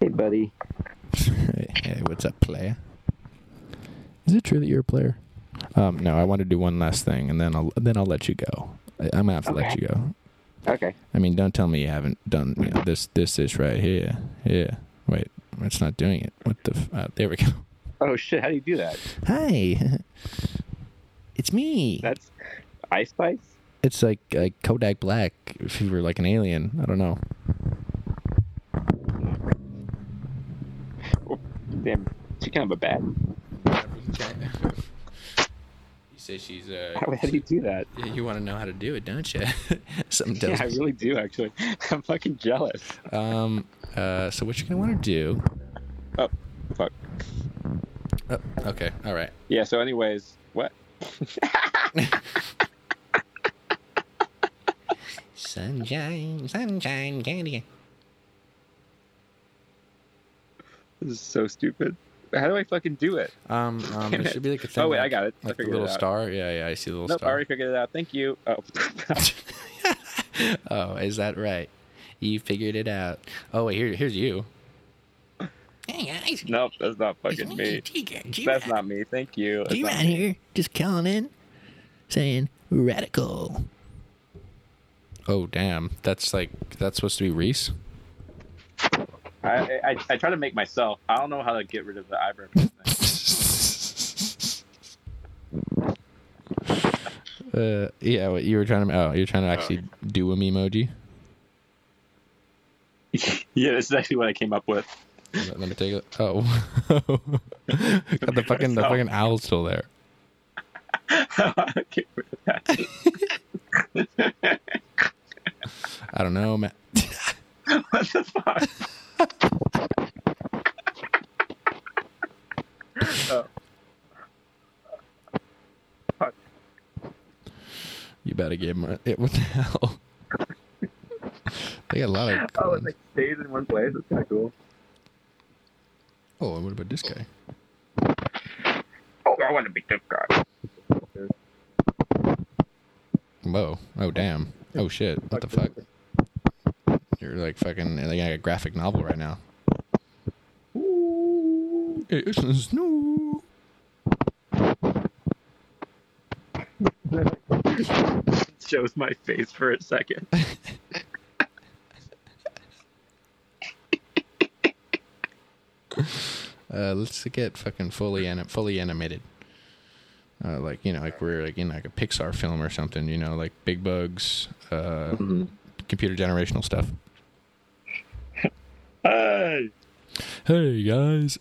Speaker 10: Hey, buddy.
Speaker 1: hey, what's up, player? Is it true that you're a player? Um, no, I want to do one last thing, and then I'll then I'll let you go. I, I'm gonna have to let
Speaker 10: Okay.
Speaker 1: you go.
Speaker 10: Okay.
Speaker 1: I mean, don't tell me you haven't done you know, this this is right here. Yeah. Wait, it's not doing it. What the? F- uh, there we go.
Speaker 10: Oh shit! How do you do that?
Speaker 1: Hi, it's me.
Speaker 10: That's Ice Spice.
Speaker 1: It's like like Kodak Black if you were like an alien. I don't know.
Speaker 10: Damn, she kind of a bat.
Speaker 1: You say she's uh.
Speaker 10: How, how do you do that?
Speaker 1: Yeah, you want to know how to do it, don't you? <laughs> Something
Speaker 10: Yeah,
Speaker 1: tells
Speaker 10: I really do actually. <laughs> I'm fucking jealous.
Speaker 1: Um. Uh. So what you're gonna want to do?
Speaker 10: Oh, fuck.
Speaker 1: Oh, okay. All right.
Speaker 10: Yeah. So, anyways, what?
Speaker 1: Sunshine, sunshine, candy.
Speaker 10: This is so stupid. How do I fucking do it?
Speaker 1: Um. um
Speaker 10: Damn
Speaker 1: it
Speaker 10: it.
Speaker 1: should be like a thing.
Speaker 10: <laughs> Oh wait, I
Speaker 1: like-
Speaker 10: got it. I
Speaker 1: Like the
Speaker 10: figured it
Speaker 1: little
Speaker 10: out.
Speaker 1: star. Yeah. Yeah. I see the little
Speaker 10: Nope, I
Speaker 1: star.
Speaker 10: already figured it out. Thank you. Oh, <laughs>
Speaker 1: Oh, is that right? You figured it out. Oh wait. Here. Here's you. Hey guys.
Speaker 10: nope, that's not fucking me. That's not me. Thank you. That's
Speaker 1: You
Speaker 10: not
Speaker 1: out
Speaker 10: me.
Speaker 1: here just calling in, saying radical. Oh damn! That's like that's supposed to be Reese.
Speaker 10: I, I I try to make myself. I don't know how to get rid of the eyebrow. thing.
Speaker 1: Uh, yeah. What you were trying to? Oh, you're trying to actually do a emoji.
Speaker 10: <laughs> yeah, this is actually what I came up with.
Speaker 1: Let, let me take it. Oh, <laughs> got the fucking the fucking owl still there.
Speaker 10: Get rid of that.
Speaker 1: I don't know, man.
Speaker 10: what the fuck? oh. Fuck.
Speaker 1: You better give him it. What the hell? they got a lot of.
Speaker 10: Oh, it like stays in one place. That's kind of cool.
Speaker 1: Oh, and what about this guy?
Speaker 10: Oh, I want to be this guy.
Speaker 1: Whoa! Oh, damn! Oh shit! What the fuck? You're like fucking like a graphic novel right now. It's a snow.
Speaker 10: Shows my face for a second.
Speaker 1: Uh, let's get fucking fully anim- fully animated. Uh, like you know, like we're like in like a Pixar film or something. You know, like big bugs, uh,
Speaker 10: Mm-hmm.
Speaker 1: computer generational stuff.
Speaker 10: <laughs> Hey,
Speaker 1: Hey guys.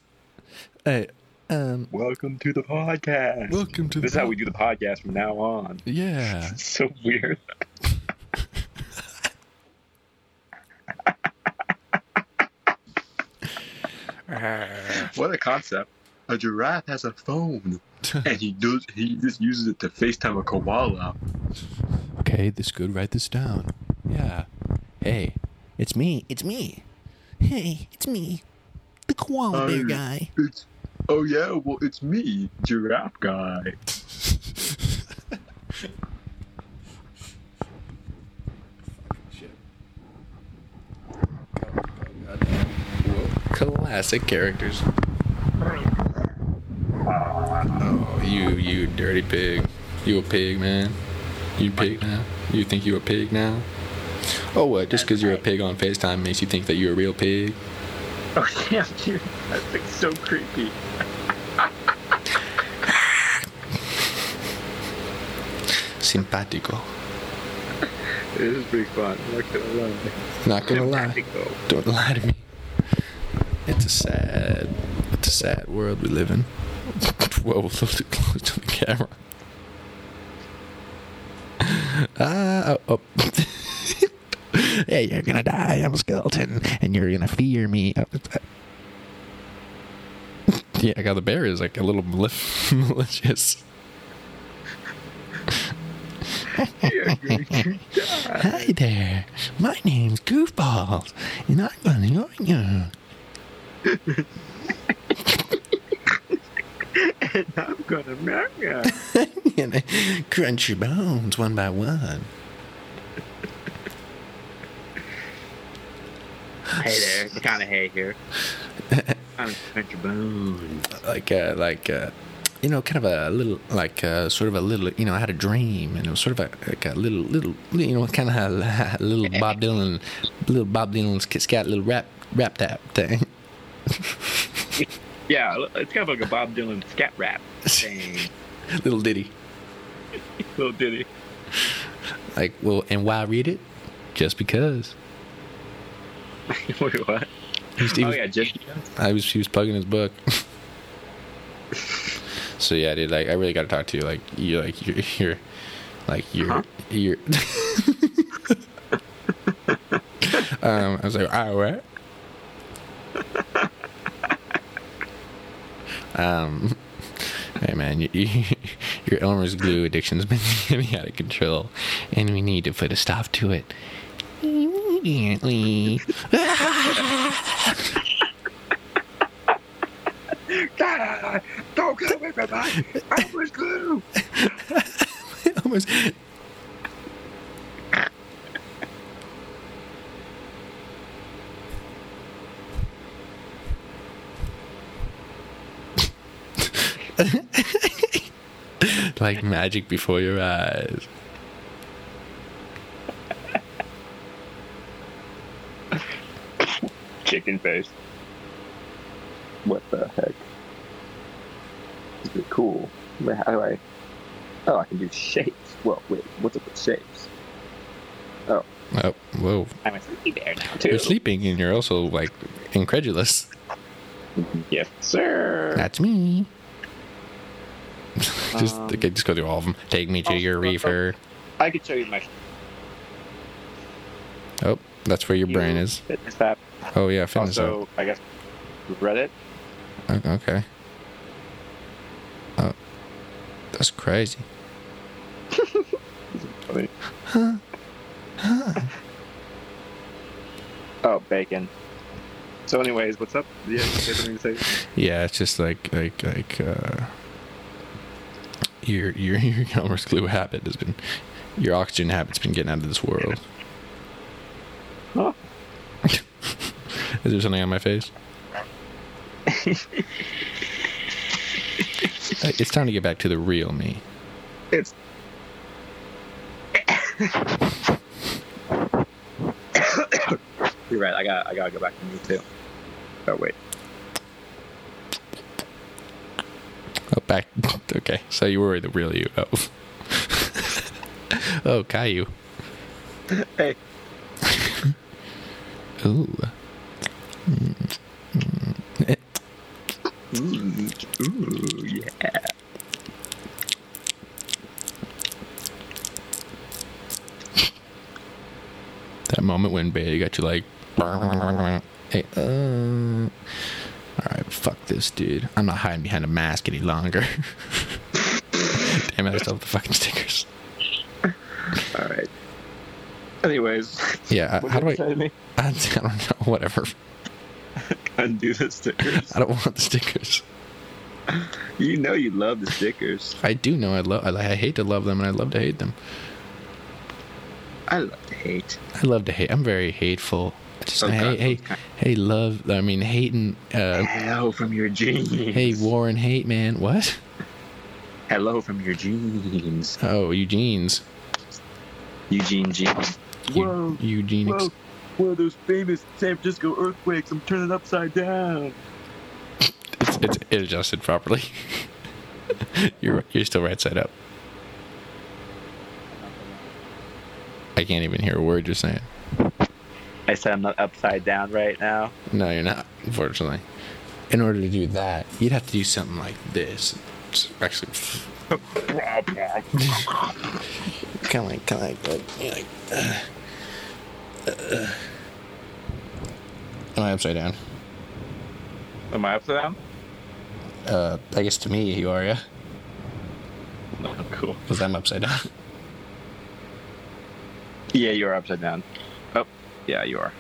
Speaker 1: Hey. Um.
Speaker 10: welcome to the podcast.
Speaker 1: Welcome to
Speaker 10: This is
Speaker 1: the
Speaker 10: how we do the podcast from now on.
Speaker 1: Yeah.
Speaker 10: so weird. what a concept. A giraffe has a phone, and he does. He just uses it to FaceTime a koala.
Speaker 1: Okay, this good. Write this down. Yeah. Hey, it's me. It's me. Hey, it's me, the koala bear
Speaker 10: Oh,
Speaker 1: guy.
Speaker 10: It's oh yeah, well it's me, giraffe guy.
Speaker 1: Classic characters. Oh, you, you dirty pig. You a pig, man. You pig now. You think you a pig now? Oh, what? Just because you're a pig on FaceTime makes you think that you're a real pig?
Speaker 10: Oh <laughs> yeah, dude, that's like so creepy.
Speaker 1: Simpatico.
Speaker 10: It is pretty fun. Not gonna lie.
Speaker 1: Not gonna lie.
Speaker 10: Simpatico.
Speaker 1: Don't lie to me. It's a sad, What a sad world we live in. <laughs> Whoa, <laughs> a little too close to the camera. Ah, oh, <laughs> oh. yeah, you're gonna die. I'm a skeleton, and you're gonna fear me. Oh, <laughs> yeah, I got the bear is like a little malif- malicious. Hi there, my name's Goofballs, and I'm gonna join you.
Speaker 9: and I'm gonna marry you.
Speaker 1: <laughs> and I crunch your bones one by one.
Speaker 4: Hey there, it's McConaughey here. I'm Crunch Your Bones.
Speaker 1: Like, uh, like, uh, you know, kind of a little, like, uh, sort of a little, you know, I had a dream, and it was sort of a, like a little, little, you know, kind of <laughs> a, little Bob Dylan, little Bob Dylan's Kit Skat, little rap, rap tap thing.
Speaker 4: Yeah, it's kind of like a Bob Dylan scat rap thing.
Speaker 1: <laughs> little ditty.
Speaker 4: Little
Speaker 10: <laughs>
Speaker 4: ditty.
Speaker 1: Like, well, and why read it? Just because.
Speaker 4: Wait, what?
Speaker 1: He's- he
Speaker 4: oh
Speaker 1: was-
Speaker 4: yeah, just
Speaker 1: I was, he was plugging his book. so yeah, dude, like, I really got to talk to you. Like, you, like, you're, you're like, you're, you're. <laughs> um, I was like, all right. Um, hey man, you, you, your Elmer's glue addiction's been <laughs> getting out of control, and we need to put a stop to it immediately.
Speaker 9: Don't get away from my Elmer's glue.
Speaker 1: Elmer's. <laughs> like magic before your eyes.
Speaker 4: chicken face.
Speaker 2: What the heck? This is cool. Wait, how do I? Oh, I can do shapes. Well, wait, what's up with shapes? Oh,
Speaker 1: Oh, whoa.
Speaker 4: I'm a sleepy bear now
Speaker 1: You're
Speaker 4: too.
Speaker 1: sleeping and you're also like incredulous.
Speaker 4: Yes, sir.
Speaker 1: That's me. <laughs> just
Speaker 4: Um,
Speaker 1: okay, just go through all of them. Take me to your reefer.
Speaker 4: I could show you my
Speaker 1: Oh, that's where your brain is.
Speaker 4: fitness app.
Speaker 1: Oh yeah, fitness.
Speaker 4: also, I guess Reddit.
Speaker 1: app. O- Okay. Oh, that's crazy.
Speaker 9: Huh? Huh?
Speaker 4: Oh, bacon. So, anyways, what's up? Yeah, you guys have anything to say?
Speaker 1: Yeah, it's just like like like uh, your <laughs> your your Elmer's glue habit has been your oxygen habit's been getting out of this world.
Speaker 4: Huh?
Speaker 1: <laughs> Is there something on my face? Uh, it's time to get back to the real me.
Speaker 4: It's. You're right. I got. I gotta go back to me too. Oh wait.
Speaker 1: Oh, back. <laughs> Okay, so you were the real you. Oh, <laughs> oh, Caillou. <laughs>
Speaker 4: Hey.
Speaker 1: Ooh.
Speaker 4: Mm. Ooh, ooh, yeah.
Speaker 1: That moment when Bailey got you like, <laughs> hey, uh, all right, fuck this dude. I'm not hiding behind a mask any longer. <laughs> Damn it, I still have the fucking stickers.
Speaker 4: All right. Anyways.
Speaker 1: Yeah, uh,
Speaker 4: what
Speaker 1: how do
Speaker 4: did
Speaker 1: I?
Speaker 4: you say to me?
Speaker 1: I don't know. Whatever.
Speaker 4: Undo the stickers.
Speaker 1: I don't want the stickers.
Speaker 4: You know you love the stickers.
Speaker 1: I do know I love. I, I hate to love them, and I love to hate them.
Speaker 4: I love to hate.
Speaker 1: I love to hate. I'm very hateful. I just
Speaker 4: Okay.
Speaker 1: hey, hey, hey, love. I mean, hating. Uh,
Speaker 4: Hello from your jeans.
Speaker 1: hey, Warren, hate man. What?
Speaker 4: Hello from your jeans.
Speaker 1: Oh, Eugene's.
Speaker 4: Eugene jeans.
Speaker 1: Whoa. Eugene. ex-
Speaker 9: One of those famous San Francisco earthquakes. I'm turning upside down.
Speaker 1: It's, it's it adjusted properly. <laughs> you're you're still right side up. I can't even hear a word you're saying.
Speaker 4: I said I'm not upside down right now.
Speaker 1: No, you're not. Unfortunately. in order to do that, you'd have to do something like this. It's actually, kind of like, kind of like, like, you know, like uh, uh, am I upside down?
Speaker 10: Am I upside down?
Speaker 1: Uh, I guess to me you are, yeah.
Speaker 10: No, Oh, cool.
Speaker 1: Because I'm upside down. <laughs>
Speaker 10: Yeah, you are upside down. Oh, yeah, you are.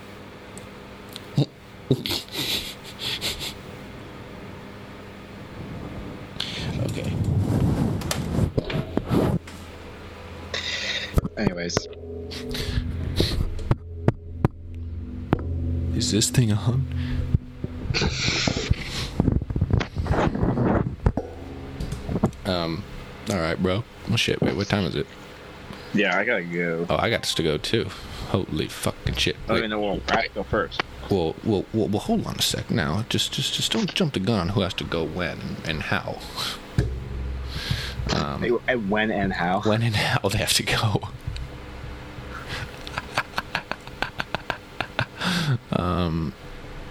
Speaker 1: okay.
Speaker 10: Anyways,
Speaker 1: Is this thing on? Um, all right, bro. Well, shit. Wait, what time is it?
Speaker 10: yeah, I gotta go.
Speaker 1: Oh, I got to go too. Holy fucking shit!
Speaker 10: Oh,
Speaker 1: Wait,
Speaker 10: you know, well, I go first.
Speaker 1: well, well, well, well, hold on a sec. Now, just, just, just don't jump the gun on who has to go when and, and how. Um,
Speaker 10: Hey, and when and how?
Speaker 1: when and how they have to go. um,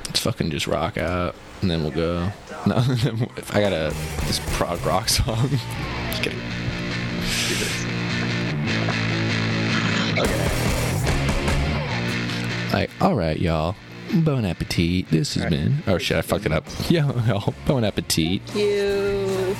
Speaker 1: let's fucking just rock out, and then we'll go. No, <laughs> I got to this prog rock song. <laughs> just kidding. Like, all right, y'all. Bon <laughs> appetit. This has been. Oh shit, I fucked it up. Yo, yo. Bon appetit.
Speaker 7: You.